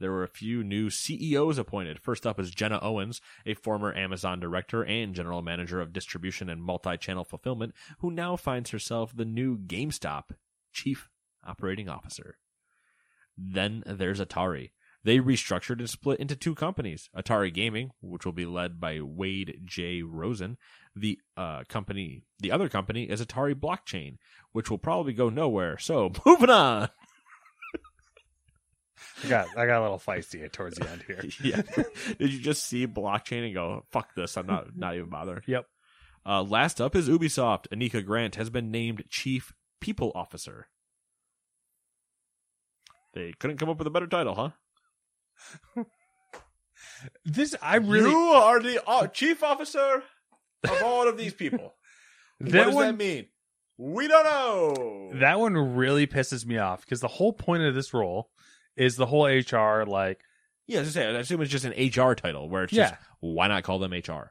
[SPEAKER 2] There were a few new CEOs appointed. First up is Jenna Owens, a former Amazon director and general manager of distribution and multi channel fulfillment, who now finds herself the new GameStop chief operating officer. Then there's Atari. They restructured and split into two companies Atari Gaming, which will be led by Wade J. Rosen. The uh, company, the other company is Atari Blockchain, which will probably go nowhere. So moving on.
[SPEAKER 3] I got, I got a little feisty towards the end here.
[SPEAKER 2] yeah. Did you just see blockchain and go, fuck this? I'm not, not even bothered.
[SPEAKER 3] Yep.
[SPEAKER 2] Uh, last up is Ubisoft. Anika Grant has been named Chief People Officer. They couldn't come up with a better title, huh?
[SPEAKER 3] This, I really.
[SPEAKER 2] are the uh, chief officer of all of these people.
[SPEAKER 3] that one
[SPEAKER 2] mean? We don't know.
[SPEAKER 3] That one really pisses me off because the whole point of this role is the whole HR. Like,
[SPEAKER 2] yeah, as I say, I assume it's just an HR title where it's just
[SPEAKER 3] Yeah.
[SPEAKER 2] why not call them HR?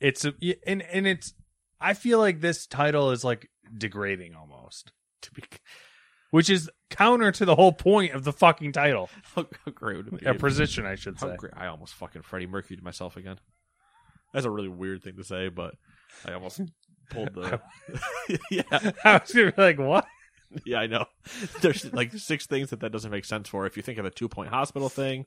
[SPEAKER 3] it's a, and and it's. I feel like this title is like degrading almost,
[SPEAKER 2] To be
[SPEAKER 3] which is counter to the whole point of the fucking title,
[SPEAKER 2] how, how great would it be?
[SPEAKER 3] a
[SPEAKER 2] if-
[SPEAKER 3] position, I should
[SPEAKER 2] how
[SPEAKER 3] say.
[SPEAKER 2] great- I almost fucking Freddie Mercury to myself again. That's a really weird thing to say, but I almost pulled the. yeah,
[SPEAKER 3] I was gonna be like, what?
[SPEAKER 2] yeah, I know. There's like six things that that doesn't make sense for. If you think of the two point hospital thing,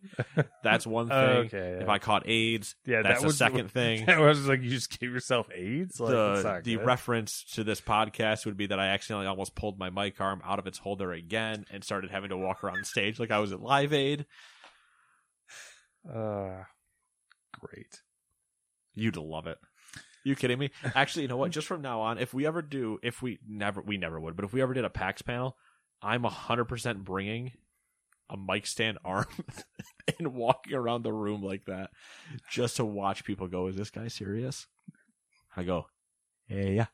[SPEAKER 2] that's one thing.
[SPEAKER 3] Oh, okay, yeah.
[SPEAKER 2] If I caught AIDS,
[SPEAKER 3] Yeah,
[SPEAKER 2] that's
[SPEAKER 3] that
[SPEAKER 2] the
[SPEAKER 3] was-
[SPEAKER 2] second thing.
[SPEAKER 3] I was like, you just gave yourself AIDS. Like, that's
[SPEAKER 2] the
[SPEAKER 3] not
[SPEAKER 2] the
[SPEAKER 3] good.
[SPEAKER 2] reference to this podcast would be that I accidentally almost pulled my mic arm out of its holder again and started having to walk around stage like I was at Live Aid.
[SPEAKER 3] Uh, great.
[SPEAKER 2] You'd love it. You kidding me? Actually, you know what? Just from now on, if we ever do, if we never, we never would, but if we ever did a PAX panel, I'm 100% bringing a mic stand arm and walking around the room like that just to watch people go, is this guy serious? I go, hey, yeah.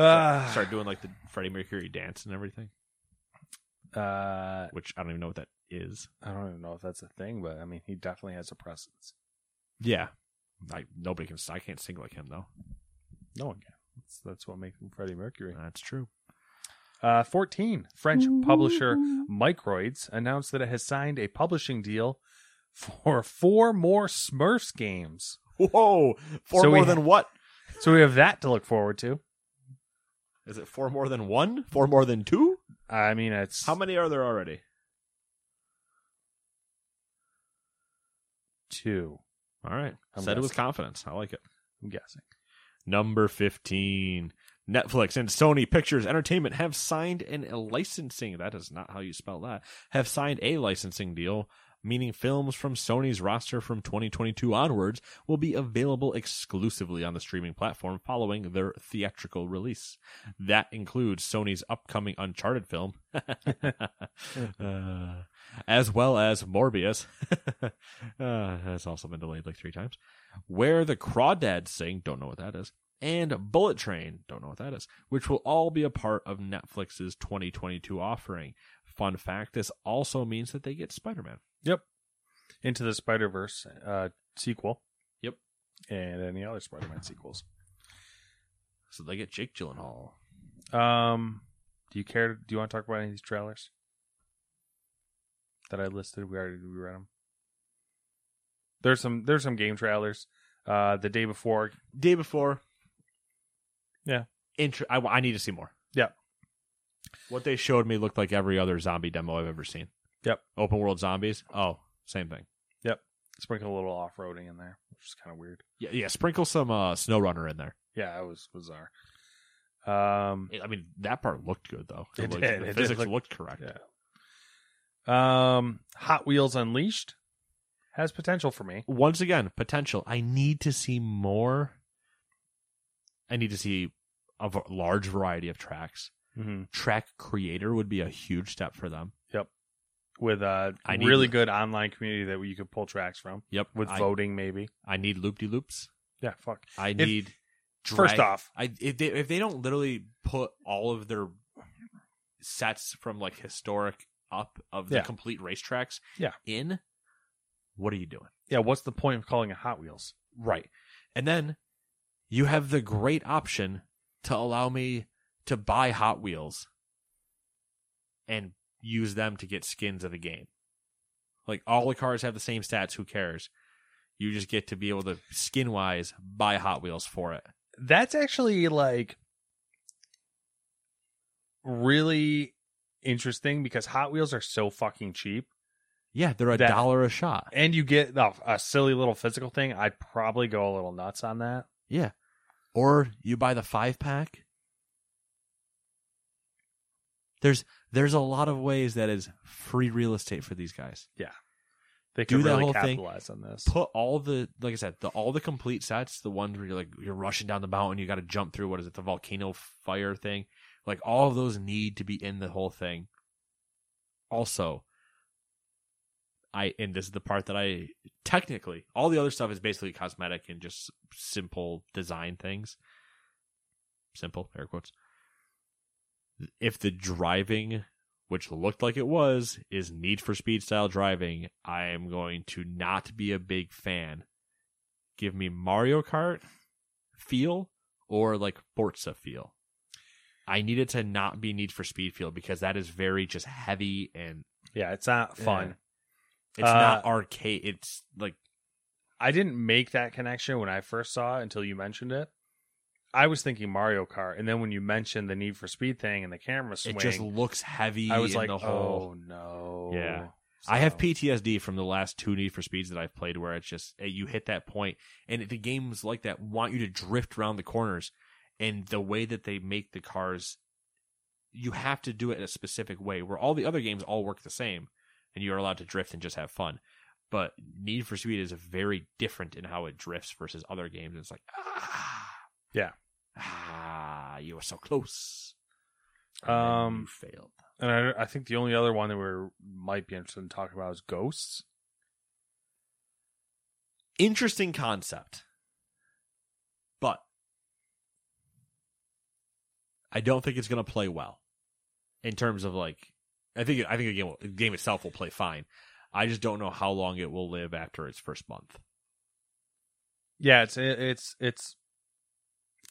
[SPEAKER 3] Uh,
[SPEAKER 2] Start doing like the Freddie Mercury dance and everything,
[SPEAKER 3] Uh,
[SPEAKER 2] which I don't even know what that is.
[SPEAKER 3] I don't even know if that's a thing, but I mean, he definitely has a presence.
[SPEAKER 2] Yeah. I, nobody can, I can't sing like him though.
[SPEAKER 3] No one can. That's, that's what makes him Freddie Mercury.
[SPEAKER 2] That's true.
[SPEAKER 3] Uh, 14. French publisher Microids announced that it has signed a publishing deal for four more Smurfs games.
[SPEAKER 2] Whoa. Four
[SPEAKER 3] So we
[SPEAKER 2] more
[SPEAKER 3] ha-
[SPEAKER 2] than what?
[SPEAKER 3] So we have that to look forward to.
[SPEAKER 2] Is it four more than one? Four more than two?
[SPEAKER 3] I mean, it's
[SPEAKER 2] How many are there already?
[SPEAKER 3] two,
[SPEAKER 2] All right.
[SPEAKER 3] I'm
[SPEAKER 2] Said it with
[SPEAKER 3] guessing.
[SPEAKER 2] confidence. I like it.
[SPEAKER 3] I'm guessing.
[SPEAKER 2] Number 15. Netflix and Sony Pictures Entertainment have signed an, a licensing. That is not how you spell that. Have signed a licensing deal, meaning films from Sony's roster from 2022 onwards will be available exclusively on the streaming platform following their theatrical release. That includes Sony's upcoming Uncharted film, uh, as well as Morbius. uh, that's also been delayed like three times. Where the Crawdads Sing, don't know what that is, and Bullet Train, don't know what that is, which will all be a part of Netflix's 2022 offering. Fun fact this also means that they get Spider Man.
[SPEAKER 3] Yep. Into the Spider Verse uh, sequel.
[SPEAKER 2] Yep.
[SPEAKER 3] And any other Spider Man sequels.
[SPEAKER 2] So they get Jake Gyllenhaal.
[SPEAKER 3] Um, do you care? Do you want to talk about any of these trailers that I listed? We already we read them. There's some there's some game trailers. Uh, the day before.
[SPEAKER 2] Day before.
[SPEAKER 3] Yeah.
[SPEAKER 2] Intro- I, I need to see more.
[SPEAKER 3] Yep.
[SPEAKER 2] What they showed me looked like every other zombie demo I've ever seen.
[SPEAKER 3] Yep.
[SPEAKER 2] Open world zombies. Oh, same thing.
[SPEAKER 3] Yep. Sprinkle a little off roading in there, which is kind of weird.
[SPEAKER 2] Yeah, yeah. Sprinkle some uh, Snow Runner in there.
[SPEAKER 3] Yeah, it was bizarre. Um,
[SPEAKER 2] I mean, that part looked good though.
[SPEAKER 3] It
[SPEAKER 2] looked-
[SPEAKER 3] did,
[SPEAKER 2] The
[SPEAKER 3] it did
[SPEAKER 2] physics
[SPEAKER 3] look-
[SPEAKER 2] looked correct.
[SPEAKER 3] yeah. Um, Hot Wheels Unleashed has potential for me.
[SPEAKER 2] once again, potential. I need to see more. I need to see a v- large variety of tracks.
[SPEAKER 3] Mm-hmm.
[SPEAKER 2] Track creator would be a huge step for them.
[SPEAKER 3] With a
[SPEAKER 2] I need-
[SPEAKER 3] really good online community that you could pull tracks from.
[SPEAKER 2] Yep.
[SPEAKER 3] With
[SPEAKER 2] I,
[SPEAKER 3] voting, maybe.
[SPEAKER 2] I need loop de loops.
[SPEAKER 3] Yeah, fuck.
[SPEAKER 2] I
[SPEAKER 3] If-
[SPEAKER 2] need.
[SPEAKER 3] First
[SPEAKER 2] drag-
[SPEAKER 3] off,
[SPEAKER 2] I if they if they don't literally put all of their sets from like historic up of the
[SPEAKER 3] Yeah.
[SPEAKER 2] complete racetracks
[SPEAKER 3] Yeah.
[SPEAKER 2] in, what are you doing?
[SPEAKER 3] yeah, what's the point of calling it Hot Wheels?
[SPEAKER 2] Right. And then you have the great option to allow me to buy Hot Wheels and use them to get skins of the game. Like all the cars have the same stats, who cares? You just get to be able to skin wise buy Hot Wheels for it.
[SPEAKER 3] That's actually like really interesting because Hot Wheels are so fucking cheap.
[SPEAKER 2] Yeah, they're a
[SPEAKER 3] That-
[SPEAKER 2] dollar a shot.
[SPEAKER 3] And you get oh, a silly little physical thing. I'd probably go a little nuts on that.
[SPEAKER 2] Yeah. Or you buy the five pack. There's there's a lot of ways that is free real estate for these guys.
[SPEAKER 3] They
[SPEAKER 2] Do
[SPEAKER 3] could
[SPEAKER 2] that
[SPEAKER 3] really
[SPEAKER 2] whole thing.
[SPEAKER 3] capitalize on this.
[SPEAKER 2] put all the like I said, the all the complete sets, the ones where you're like you're rushing down the mountain, you got to jump through what is it, the volcano fire thing, like all of those need to be in the whole thing. Also, I and this is the part that I technically all the other stuff is basically cosmetic and just simple design things. Simple air quotes. If the driving which looked like it was, is Need for Speed style driving. I am going to not be a big fan. Give me Mario Kart feel or like Forza feel. I need it to not be Need for Speed feel because that is very just heavy and
[SPEAKER 3] Yeah, it's not fun.
[SPEAKER 2] it's
[SPEAKER 3] Uh,
[SPEAKER 2] not arcade. It's like
[SPEAKER 3] I didn't make that connection when I first saw it until you mentioned it. I was thinking Mario Kart, and then when you mentioned the Need for Speed thing and the camera swing,
[SPEAKER 2] it just looks heavy.
[SPEAKER 3] I was
[SPEAKER 2] in
[SPEAKER 3] like,
[SPEAKER 2] the whole.
[SPEAKER 3] "Oh no!"
[SPEAKER 2] Yeah. I have
[SPEAKER 3] So-
[SPEAKER 2] PTSD from the last two Need for Speeds that I've played, where it's just eh, you hit that point, and it- the games like that want you to drift around the corners, and the way that they make the cars, you have to do it in a specific way. Where all the other games all work the same, and you're allowed to drift and just have fun. But Need for Speed is very different in how it drifts versus other games. It's like, ah,
[SPEAKER 3] Yeah.
[SPEAKER 2] ah, you were so close. And then
[SPEAKER 3] Um,
[SPEAKER 2] you failed.
[SPEAKER 3] And I, I think the only other one that we're might be interested in talking about is ghosts.
[SPEAKER 2] Interesting concept, but I don't think it's going to play well in terms of like. I think I think the game will- the game itself will play fine. I just don't know how long it will live after its first month.
[SPEAKER 3] Yeah, it's it, it's it's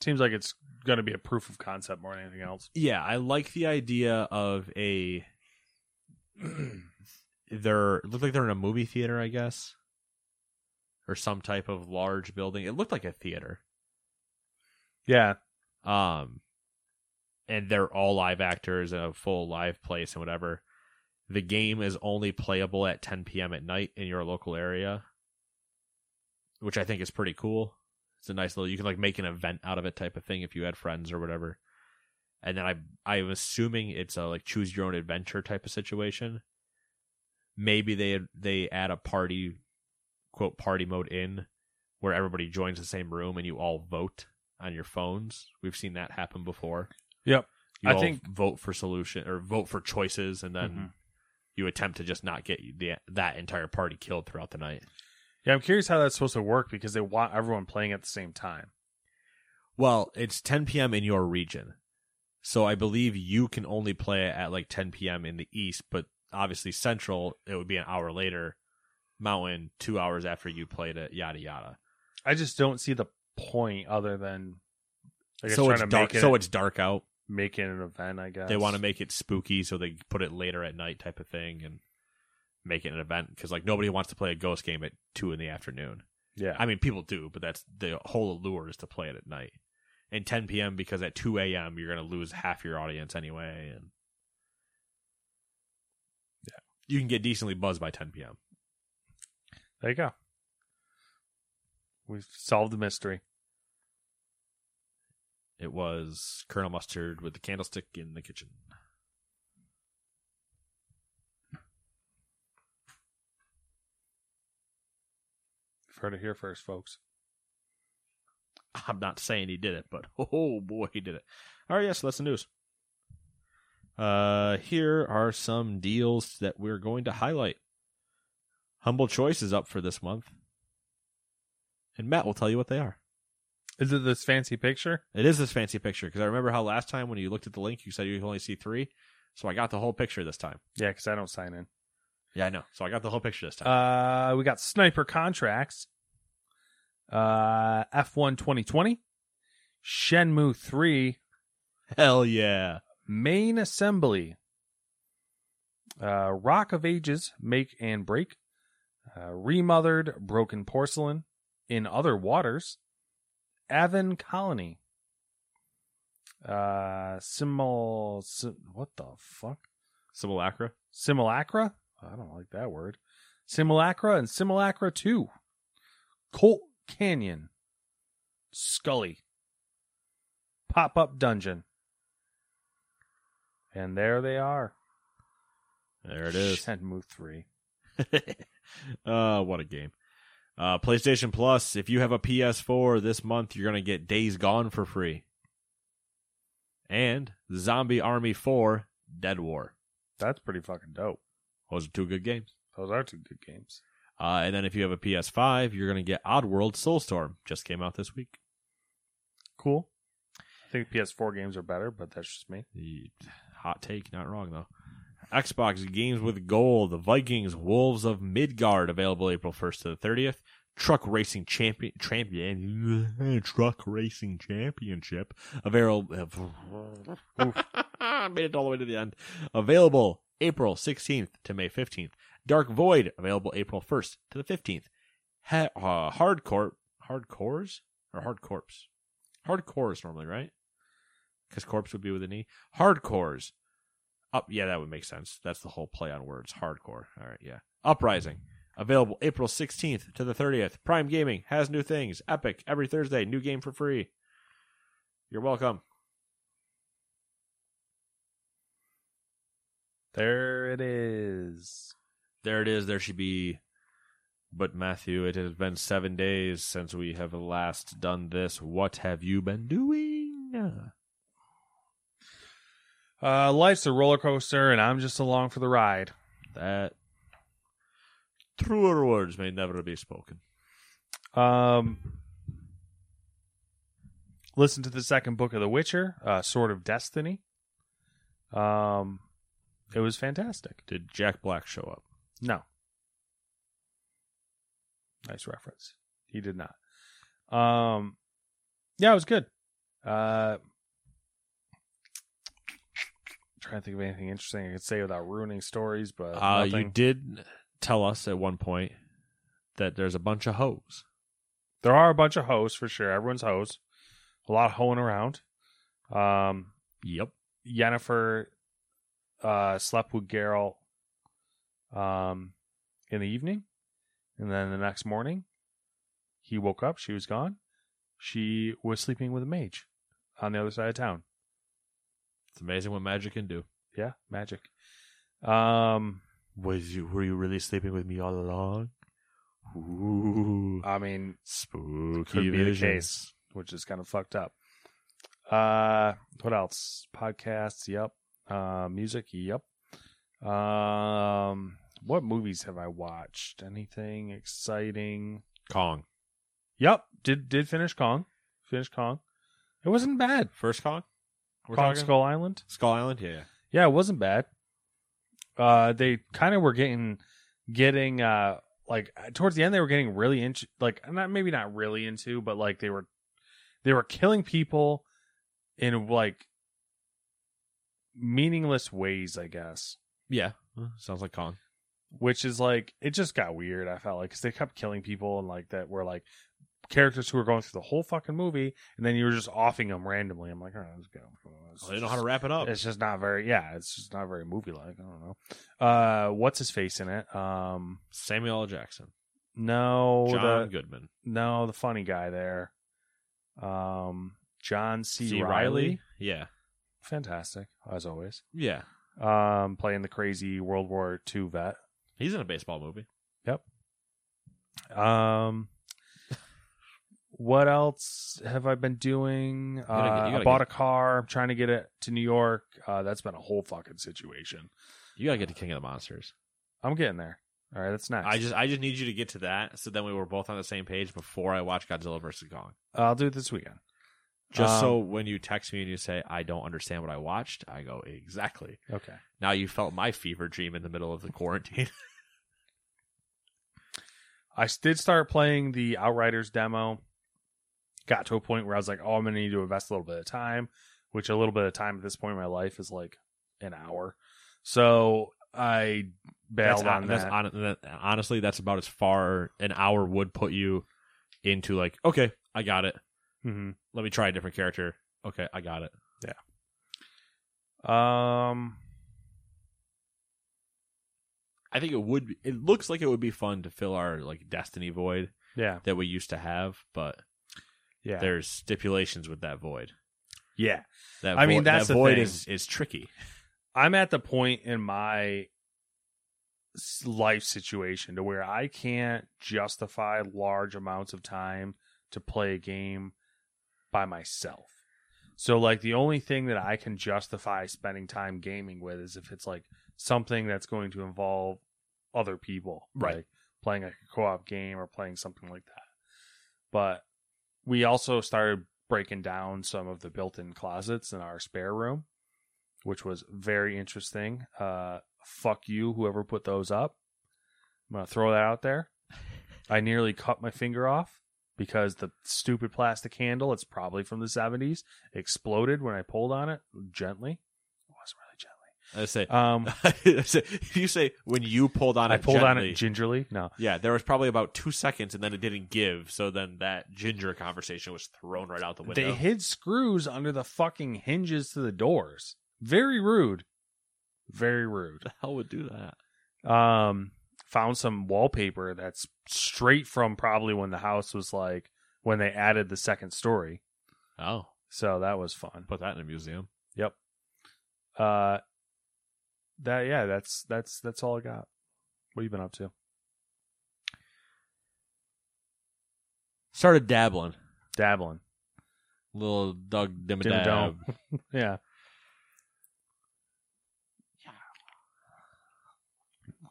[SPEAKER 3] seems like it's going to be a proof of concept more than anything else.
[SPEAKER 2] yeah, I like the idea of a they're it looked like they're in a movie theater, I guess. Or some type of large building. It looked like a theater.
[SPEAKER 3] Yeah,
[SPEAKER 2] Um and they're all live actors in a full live place and whatever. The game is only playable at 10 p.m. at night in your local area, which I think is pretty cool. It's a nice little you can like make an event out of it type of thing if you had friends or whatever. And then I I'm assuming it's a like choose your own adventure type of situation. Maybe they they add a party quote party mode in where everybody joins the same room and you all vote on your phones. We've seen that happen before.
[SPEAKER 3] Yep.
[SPEAKER 2] You
[SPEAKER 3] I
[SPEAKER 2] all
[SPEAKER 3] think-
[SPEAKER 2] vote for solution or vote for choices and then
[SPEAKER 3] Mhm.
[SPEAKER 2] you attempt to just not get the that entire party killed throughout the night.
[SPEAKER 3] yeah. I'm curious how that's supposed to work because they want everyone playing at the same time.
[SPEAKER 2] Well, it's 10 p.m. in your region. So I believe you can only play it at like 10 p.m. in the east, but obviously central it would be an hour later, mountain 2 hours after you played it, yada yada.
[SPEAKER 3] I just don't see the point other than I guess
[SPEAKER 2] so
[SPEAKER 3] trying
[SPEAKER 2] it's
[SPEAKER 3] to
[SPEAKER 2] dark
[SPEAKER 3] make it
[SPEAKER 2] so it's dark out.
[SPEAKER 3] make it an event. I guess
[SPEAKER 2] They want to make it spooky, so they put it later at night, type of thing, and make it an event because like nobody wants to play a ghost game at two in the afternoon.
[SPEAKER 3] yeah.
[SPEAKER 2] I mean, people do, but that's the whole allure is to play it at night and 10 p.m. because at 2 a.m. you're going to lose half your audience anyway, and yeah, you can get decently buzzed by 10 p.m.
[SPEAKER 3] there you go. We've solved the mystery.
[SPEAKER 2] It was Colonel Mustard with the candlestick in the kitchen.
[SPEAKER 3] You've heard it here first, folks.
[SPEAKER 2] I'm not saying he did it, but oh boy, he did it. All right, yes, that's the news. Uh, here are some deals that we're going to highlight. Humble Choice is up for this month, and Matt will tell you what they are.
[SPEAKER 3] Is it this fancy picture?
[SPEAKER 2] It is this fancy picture because I remember how last time when you looked at the link, you said you could only see three, so I got the whole picture this time.
[SPEAKER 3] Yeah, because I don't sign in.
[SPEAKER 2] Yeah, I know. So I got the whole picture this time.
[SPEAKER 3] Uh, we got sniper contracts. Uh, F1 2020, Shenmue 3,
[SPEAKER 2] Hell yeah!
[SPEAKER 3] Main Assembly, uh, Rock of Ages, Make and Break, uh, Remothered, Broken Porcelain, In Other Waters, Avon Colony, uh, Simul, Sim, what the fuck?
[SPEAKER 2] Simulacra.
[SPEAKER 3] Simulacra. I don't like that word. Simulacra and Simulacra 2. Colt Canyon. Scully. Pop up dungeon. And there they are.
[SPEAKER 2] There it is.
[SPEAKER 3] Shenmue 3.
[SPEAKER 2] uh, what a game. Uh, PlayStation Plus, if you have a PS4 this month, you're going to get Days Gone for free. And Zombie Army 4 Dead War.
[SPEAKER 3] That's pretty fucking dope.
[SPEAKER 2] Those are two good games.
[SPEAKER 3] Those are two good games.
[SPEAKER 2] Uh, and then if you have a PS5, you're going to get Oddworld Soulstorm. Just came out this week.
[SPEAKER 3] Cool. I think PS4 games are better, but that's just me.
[SPEAKER 2] Ye- Hot take, not wrong though. Xbox Games with Gold, The Vikings, Wolves of Midgard, available April 1st to the 30th. Truck Racing Champion, Champion, Truck Racing Championship, available. made it all the way to the end. Available April 16th to May 15th. Dark Void, available April 1st to the 15th. Ha- uh, hardcore, hardcores or hardcorps? Hardcores normally, right? because corpse would be with an e. Hardcores. Up, yeah, that would make sense. That's the whole play on words. Hardcore. All right, yeah. Uprising. Available April 16th to the 30th. Prime Gaming has new things. Epic every Thursday. New game for free. You're welcome.
[SPEAKER 3] There it is.
[SPEAKER 2] There it is. There should be But Matthew, it has been seven days since we have last done this. What have you been doing?
[SPEAKER 3] Uh, life's a roller coaster, and I'm just along for the ride.
[SPEAKER 2] That truer words may never be spoken.
[SPEAKER 3] Um, listen to the second book of The Witcher, uh, Sword of Destiny. Um, it was fantastic.
[SPEAKER 2] Did Jack Black show up?
[SPEAKER 3] No, nice reference. He did not. Um, yeah, it was good. Uh, trying to think of anything interesting I could say without ruining stories, but
[SPEAKER 2] Uh, you
[SPEAKER 3] nothing.
[SPEAKER 2] did tell us at one point that there's a bunch of hoes.
[SPEAKER 3] there are a bunch of hoes for sure. Everyone's hoes. A lot of hoeing around. Um,
[SPEAKER 2] Yep.
[SPEAKER 3] Yennefer uh, slept with Geralt um, in the evening, and then the next morning, he woke up. She was gone. She was sleeping with a mage on the other side of town.
[SPEAKER 2] It's amazing what magic can do.
[SPEAKER 3] Yeah, magic. Um,
[SPEAKER 2] Was you were you really sleeping with me all along? Ooh,
[SPEAKER 3] I mean,
[SPEAKER 2] spooky
[SPEAKER 3] could be the
[SPEAKER 2] visions.
[SPEAKER 3] case, which is kind of fucked up. Uh, what else? Podcasts, yep. Uh, music, yep. Um, what movies have I watched? Anything exciting?
[SPEAKER 2] Kong,
[SPEAKER 3] Yep, did did finish Kong. Finished Kong. It wasn't bad.
[SPEAKER 2] first Kong. We're
[SPEAKER 3] Kong
[SPEAKER 2] talking?
[SPEAKER 3] Skull Island.
[SPEAKER 2] Skull Island. Yeah, yeah.
[SPEAKER 3] Yeah, it wasn't bad. Uh, they kind of were getting getting uh like towards the end they were getting really into like not maybe not really into but like they were they were killing people in like meaningless ways I guess
[SPEAKER 2] Yeah. Huh, Sounds like Kong.
[SPEAKER 3] which is like it just got weird. I felt like because they kept killing people and like that were like characters who were going through the whole fucking movie, and then you were just offing them randomly. I'm like, all right, let's go. It's
[SPEAKER 2] they know how to wrap it up.
[SPEAKER 3] It's just not very, yeah. It's just not very movie like. I don't know. Uh, what's his face in it? Um,
[SPEAKER 2] Samuel L. Jackson,
[SPEAKER 3] no,
[SPEAKER 2] John
[SPEAKER 3] the
[SPEAKER 2] Goodman,
[SPEAKER 3] no, the funny guy there. Um, John C. Riley,
[SPEAKER 2] Yeah,
[SPEAKER 3] fantastic as always.
[SPEAKER 2] yeah.
[SPEAKER 3] Um, playing the crazy World War II vet.
[SPEAKER 2] He's in a baseball movie.
[SPEAKER 3] Um, what else have I been doing? Uh,
[SPEAKER 2] gotta get- you
[SPEAKER 3] I
[SPEAKER 2] gotta
[SPEAKER 3] bought
[SPEAKER 2] get-
[SPEAKER 3] a car. I'm trying to get it to New York. Uh, that's been a whole fucking situation.
[SPEAKER 2] You gotta get to King of the Monsters.
[SPEAKER 3] I'm getting there. All right, that's next.
[SPEAKER 2] I just, I just need you to get to that, so then we were both on the same page before I watch Godzilla versus Kong.
[SPEAKER 3] I'll do it this weekend.
[SPEAKER 2] Just
[SPEAKER 3] Um,
[SPEAKER 2] so when you text me and you say I don't understand what I watched, I go exactly.
[SPEAKER 3] Okay.
[SPEAKER 2] Now you felt my fever dream in the middle of the quarantine.
[SPEAKER 3] I s- did start playing the Outriders demo. Got to a point where I was like, oh, I'm going to need to invest a little bit of time, which a little bit of time at this point in my life is like an hour. So I bailed
[SPEAKER 2] that's,
[SPEAKER 3] on
[SPEAKER 2] that's
[SPEAKER 3] that.
[SPEAKER 2] hon- that- honestly, that's about as far an hour would put you into like, okay, I got it.
[SPEAKER 3] Mhm.
[SPEAKER 2] Let me try a different character. Okay, I got it.
[SPEAKER 3] Um,
[SPEAKER 2] I think it would. Be, it looks like it would be fun to fill our like destiny void
[SPEAKER 3] yeah,
[SPEAKER 2] that we used to have, but
[SPEAKER 3] yeah,
[SPEAKER 2] there's stipulations with that void.
[SPEAKER 3] yeah.
[SPEAKER 2] That
[SPEAKER 3] I mean,
[SPEAKER 2] vo-
[SPEAKER 3] that's
[SPEAKER 2] that
[SPEAKER 3] the
[SPEAKER 2] void
[SPEAKER 3] thing.
[SPEAKER 2] is is tricky.
[SPEAKER 3] I'm at the point in my s- life situation to where I can't justify large amounts of time to play a game by myself. So like the only thing that I can justify spending time gaming with is if it's like something that's going to involve other people,
[SPEAKER 2] Right.
[SPEAKER 3] Like playing like a co-op game or playing something like that. But we also started breaking down some of the built-in closets in our spare room which was very interesting. Uh, fuck you, whoever put those up. I'm gonna throw that out there. I nearly cut my finger off because the stupid plastic handle, it's probably from the 70s, exploded when I pulled on it gently. It wasn't really
[SPEAKER 2] I say,
[SPEAKER 3] gently. Um,
[SPEAKER 2] I say- you say when you pulled on it,
[SPEAKER 3] I pulled on
[SPEAKER 2] gently-
[SPEAKER 3] it gingerly. No,
[SPEAKER 2] yeah, there was probably about two seconds, and then it didn't give. So then that ginger conversation was thrown right out the window.
[SPEAKER 3] they hid screws under the fucking hinges to the doors. Very rude. Very rude.
[SPEAKER 2] the hell would do that?
[SPEAKER 3] um found some wallpaper that's straight from probably when the house was like when they added the second story
[SPEAKER 2] Oh,
[SPEAKER 3] so that was fun
[SPEAKER 2] put that in a museum.
[SPEAKER 3] yep uh that yeah that's that's that's all i got what you been up to
[SPEAKER 2] Started dabbling.
[SPEAKER 3] Dabbling.
[SPEAKER 2] Little Doug Dimmadab.
[SPEAKER 3] Dimmadome. Yeah.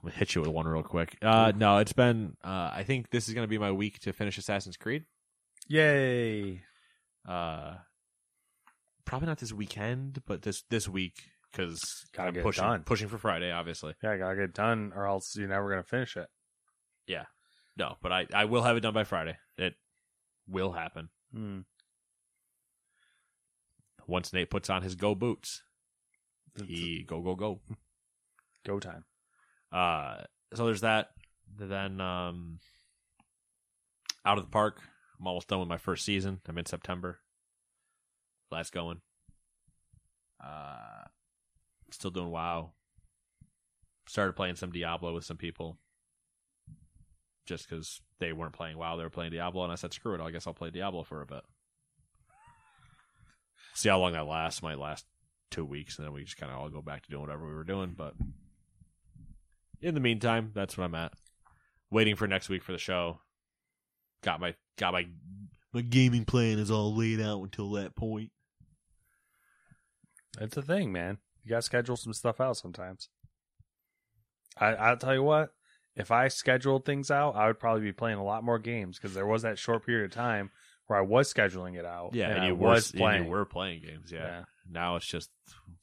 [SPEAKER 2] I'm gonna hit you with one real quick. Uh, no, it's been. Uh, I think this is gonna be my week to finish Assassin's Creed.
[SPEAKER 3] Yay.
[SPEAKER 2] Uh, probably not this weekend, but this this week because
[SPEAKER 3] Gotta
[SPEAKER 2] I'm
[SPEAKER 3] get it
[SPEAKER 2] pushing
[SPEAKER 3] done.
[SPEAKER 2] pushing for Friday, obviously.
[SPEAKER 3] Yeah, I gotta get it done, or else you're never gonna finish it.
[SPEAKER 2] Yeah, no, but I I will have it done by Friday. It will happen
[SPEAKER 3] Hmm.
[SPEAKER 2] once Nate puts on his go boots. He go go go.
[SPEAKER 3] Go time.
[SPEAKER 2] Uh, so there's that. Then um, out of the park. I'm almost done with my first season. I'm in September. Last going. Uh, still doing WoW. Started playing some Diablo with some people. Just because they weren't playing WoW, they were playing Diablo, and I said, "Screw it! I guess I'll play Diablo for a bit." See how long that lasts. Might last two weeks, and then we just kind of all go back to doing whatever we were doing. But in the meantime, that's what I'm at. Waiting for next week for the show. Got my got my my gaming plan is all laid out until that point.
[SPEAKER 3] It's a thing, man. You gotta schedule some stuff out sometimes. I I'll tell you what. If I scheduled things out, I would probably be playing a lot more games because there was that short period of time where I was scheduling it out.
[SPEAKER 2] Yeah, and,
[SPEAKER 3] I
[SPEAKER 2] you were
[SPEAKER 3] was
[SPEAKER 2] and
[SPEAKER 3] playing.
[SPEAKER 2] you were playing games. Yeah.
[SPEAKER 3] Yeah.
[SPEAKER 2] Now it's just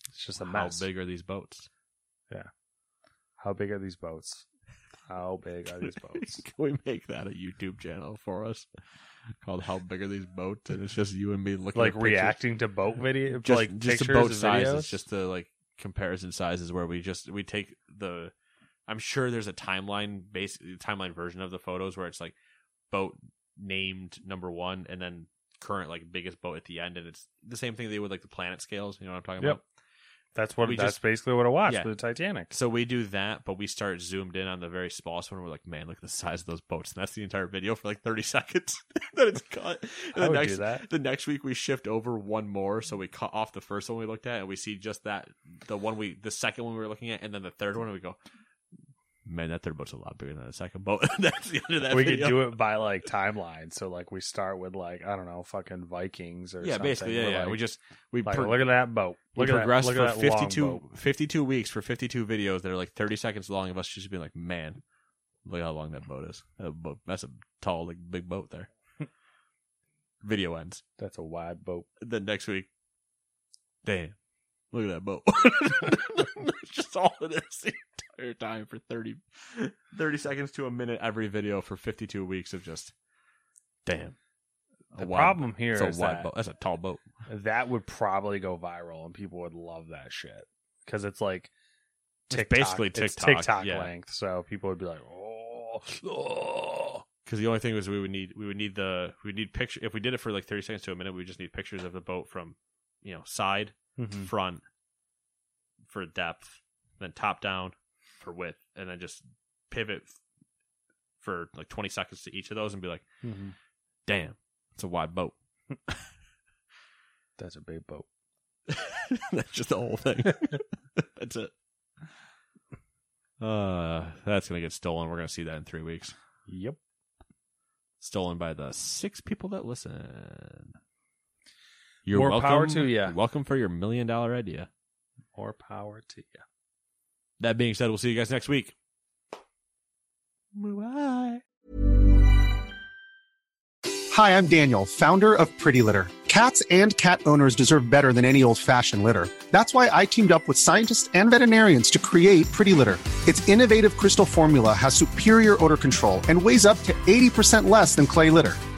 [SPEAKER 3] It's just a
[SPEAKER 2] how
[SPEAKER 3] mess.
[SPEAKER 2] big are these boats?
[SPEAKER 3] How big are these boats? How big are these boats?
[SPEAKER 2] Can we make that a YouTube channel for us called "How Big Are These Boats?" And it's just you and me looking
[SPEAKER 3] like
[SPEAKER 2] at pictures.
[SPEAKER 3] reacting to boat video,
[SPEAKER 2] just,
[SPEAKER 3] like
[SPEAKER 2] just the
[SPEAKER 3] pictures
[SPEAKER 2] boat
[SPEAKER 3] and
[SPEAKER 2] sizes,
[SPEAKER 3] videos?
[SPEAKER 2] just the like comparison sizes where we just we take the. I'm sure there's a timeline base timeline version of the photos where it's like boat named number one and then current like biggest boat at the end and it's the same thing they would like the planet scales. You know what I'm talking
[SPEAKER 3] Yep.
[SPEAKER 2] about?
[SPEAKER 3] that's what
[SPEAKER 2] we
[SPEAKER 3] that's
[SPEAKER 2] just-
[SPEAKER 3] basically what I watched
[SPEAKER 2] Yeah.
[SPEAKER 3] for the Titanic.
[SPEAKER 2] So we do that, but we start zoomed in on the very smallest one. We're like, man, look at the size of those boats. And that's the entire video for like 30 seconds. then it's cut. And
[SPEAKER 3] I
[SPEAKER 2] the
[SPEAKER 3] would
[SPEAKER 2] next,
[SPEAKER 3] do that.
[SPEAKER 2] The next week we shift over one more. So we cut off the first one we looked at and we see just that, the one we, the second one we were looking at, and then the third one. And we go, man, that third boat's a lot bigger than the second boat. that's the end of that
[SPEAKER 3] we
[SPEAKER 2] video.
[SPEAKER 3] could do it by like timeline. So like we start with like I don't know, fucking Vikings or
[SPEAKER 2] Yeah,
[SPEAKER 3] something.
[SPEAKER 2] basically. Yeah,
[SPEAKER 3] We're
[SPEAKER 2] yeah.
[SPEAKER 3] like-
[SPEAKER 2] we just, we
[SPEAKER 3] like,
[SPEAKER 2] per-
[SPEAKER 3] look at that boat.
[SPEAKER 2] we
[SPEAKER 3] Look at that.
[SPEAKER 2] progressed
[SPEAKER 3] Look at
[SPEAKER 2] for
[SPEAKER 3] that long
[SPEAKER 2] 52,
[SPEAKER 3] boat.
[SPEAKER 2] 52 weeks for 52 videos that are like 30 seconds long of us just being like, man, look how long that boat is. That boat, that's a tall, like, big boat there. Video ends.
[SPEAKER 3] That's a wide boat.
[SPEAKER 2] Then next week, damn, look at that boat. That's just all it is the entire time for 30, 30 seconds to a minute every video for 52 weeks of just, damn.
[SPEAKER 3] The
[SPEAKER 2] wide-
[SPEAKER 3] problem here
[SPEAKER 2] it's a
[SPEAKER 3] is
[SPEAKER 2] wide
[SPEAKER 3] that-
[SPEAKER 2] boat. That's a tall boat.
[SPEAKER 3] That would probably go viral and people would love that shit because it's like
[SPEAKER 2] It's
[SPEAKER 3] TikTok.
[SPEAKER 2] basically
[SPEAKER 3] It's
[SPEAKER 2] TikTok,
[SPEAKER 3] TikTok
[SPEAKER 2] yeah.
[SPEAKER 3] length. So people would be like, oh, oh.
[SPEAKER 2] because the only thing was we would need we would need the we would need picture if we did it for like 30 seconds to a minute we would just need pictures of the boat from you know side
[SPEAKER 3] Mm-hmm.
[SPEAKER 2] front for depth then top down for width and then just pivot for like 20 seconds to each of those and be like
[SPEAKER 3] Mhm.
[SPEAKER 2] damn it's a wide boat
[SPEAKER 3] That's a big boat.
[SPEAKER 2] that's just the whole thing that's it uh that's gonna get stolen we're gonna see that in three weeks
[SPEAKER 3] Yep.
[SPEAKER 2] stolen by the Uh, six people that listen. You're
[SPEAKER 3] More
[SPEAKER 2] welcome,
[SPEAKER 3] power to ya.
[SPEAKER 2] Welcome for your million dollar idea.
[SPEAKER 3] More power to you.
[SPEAKER 2] That being said, we'll see you guys next week.
[SPEAKER 4] Hi, I'm Daniel, founder of Pretty Litter. Cats and cat owners deserve better than any old fashioned litter. That's why I teamed up with scientists and veterinarians to create Pretty Litter. Its innovative crystal formula has superior odor control and weighs up to 80% less than clay litter.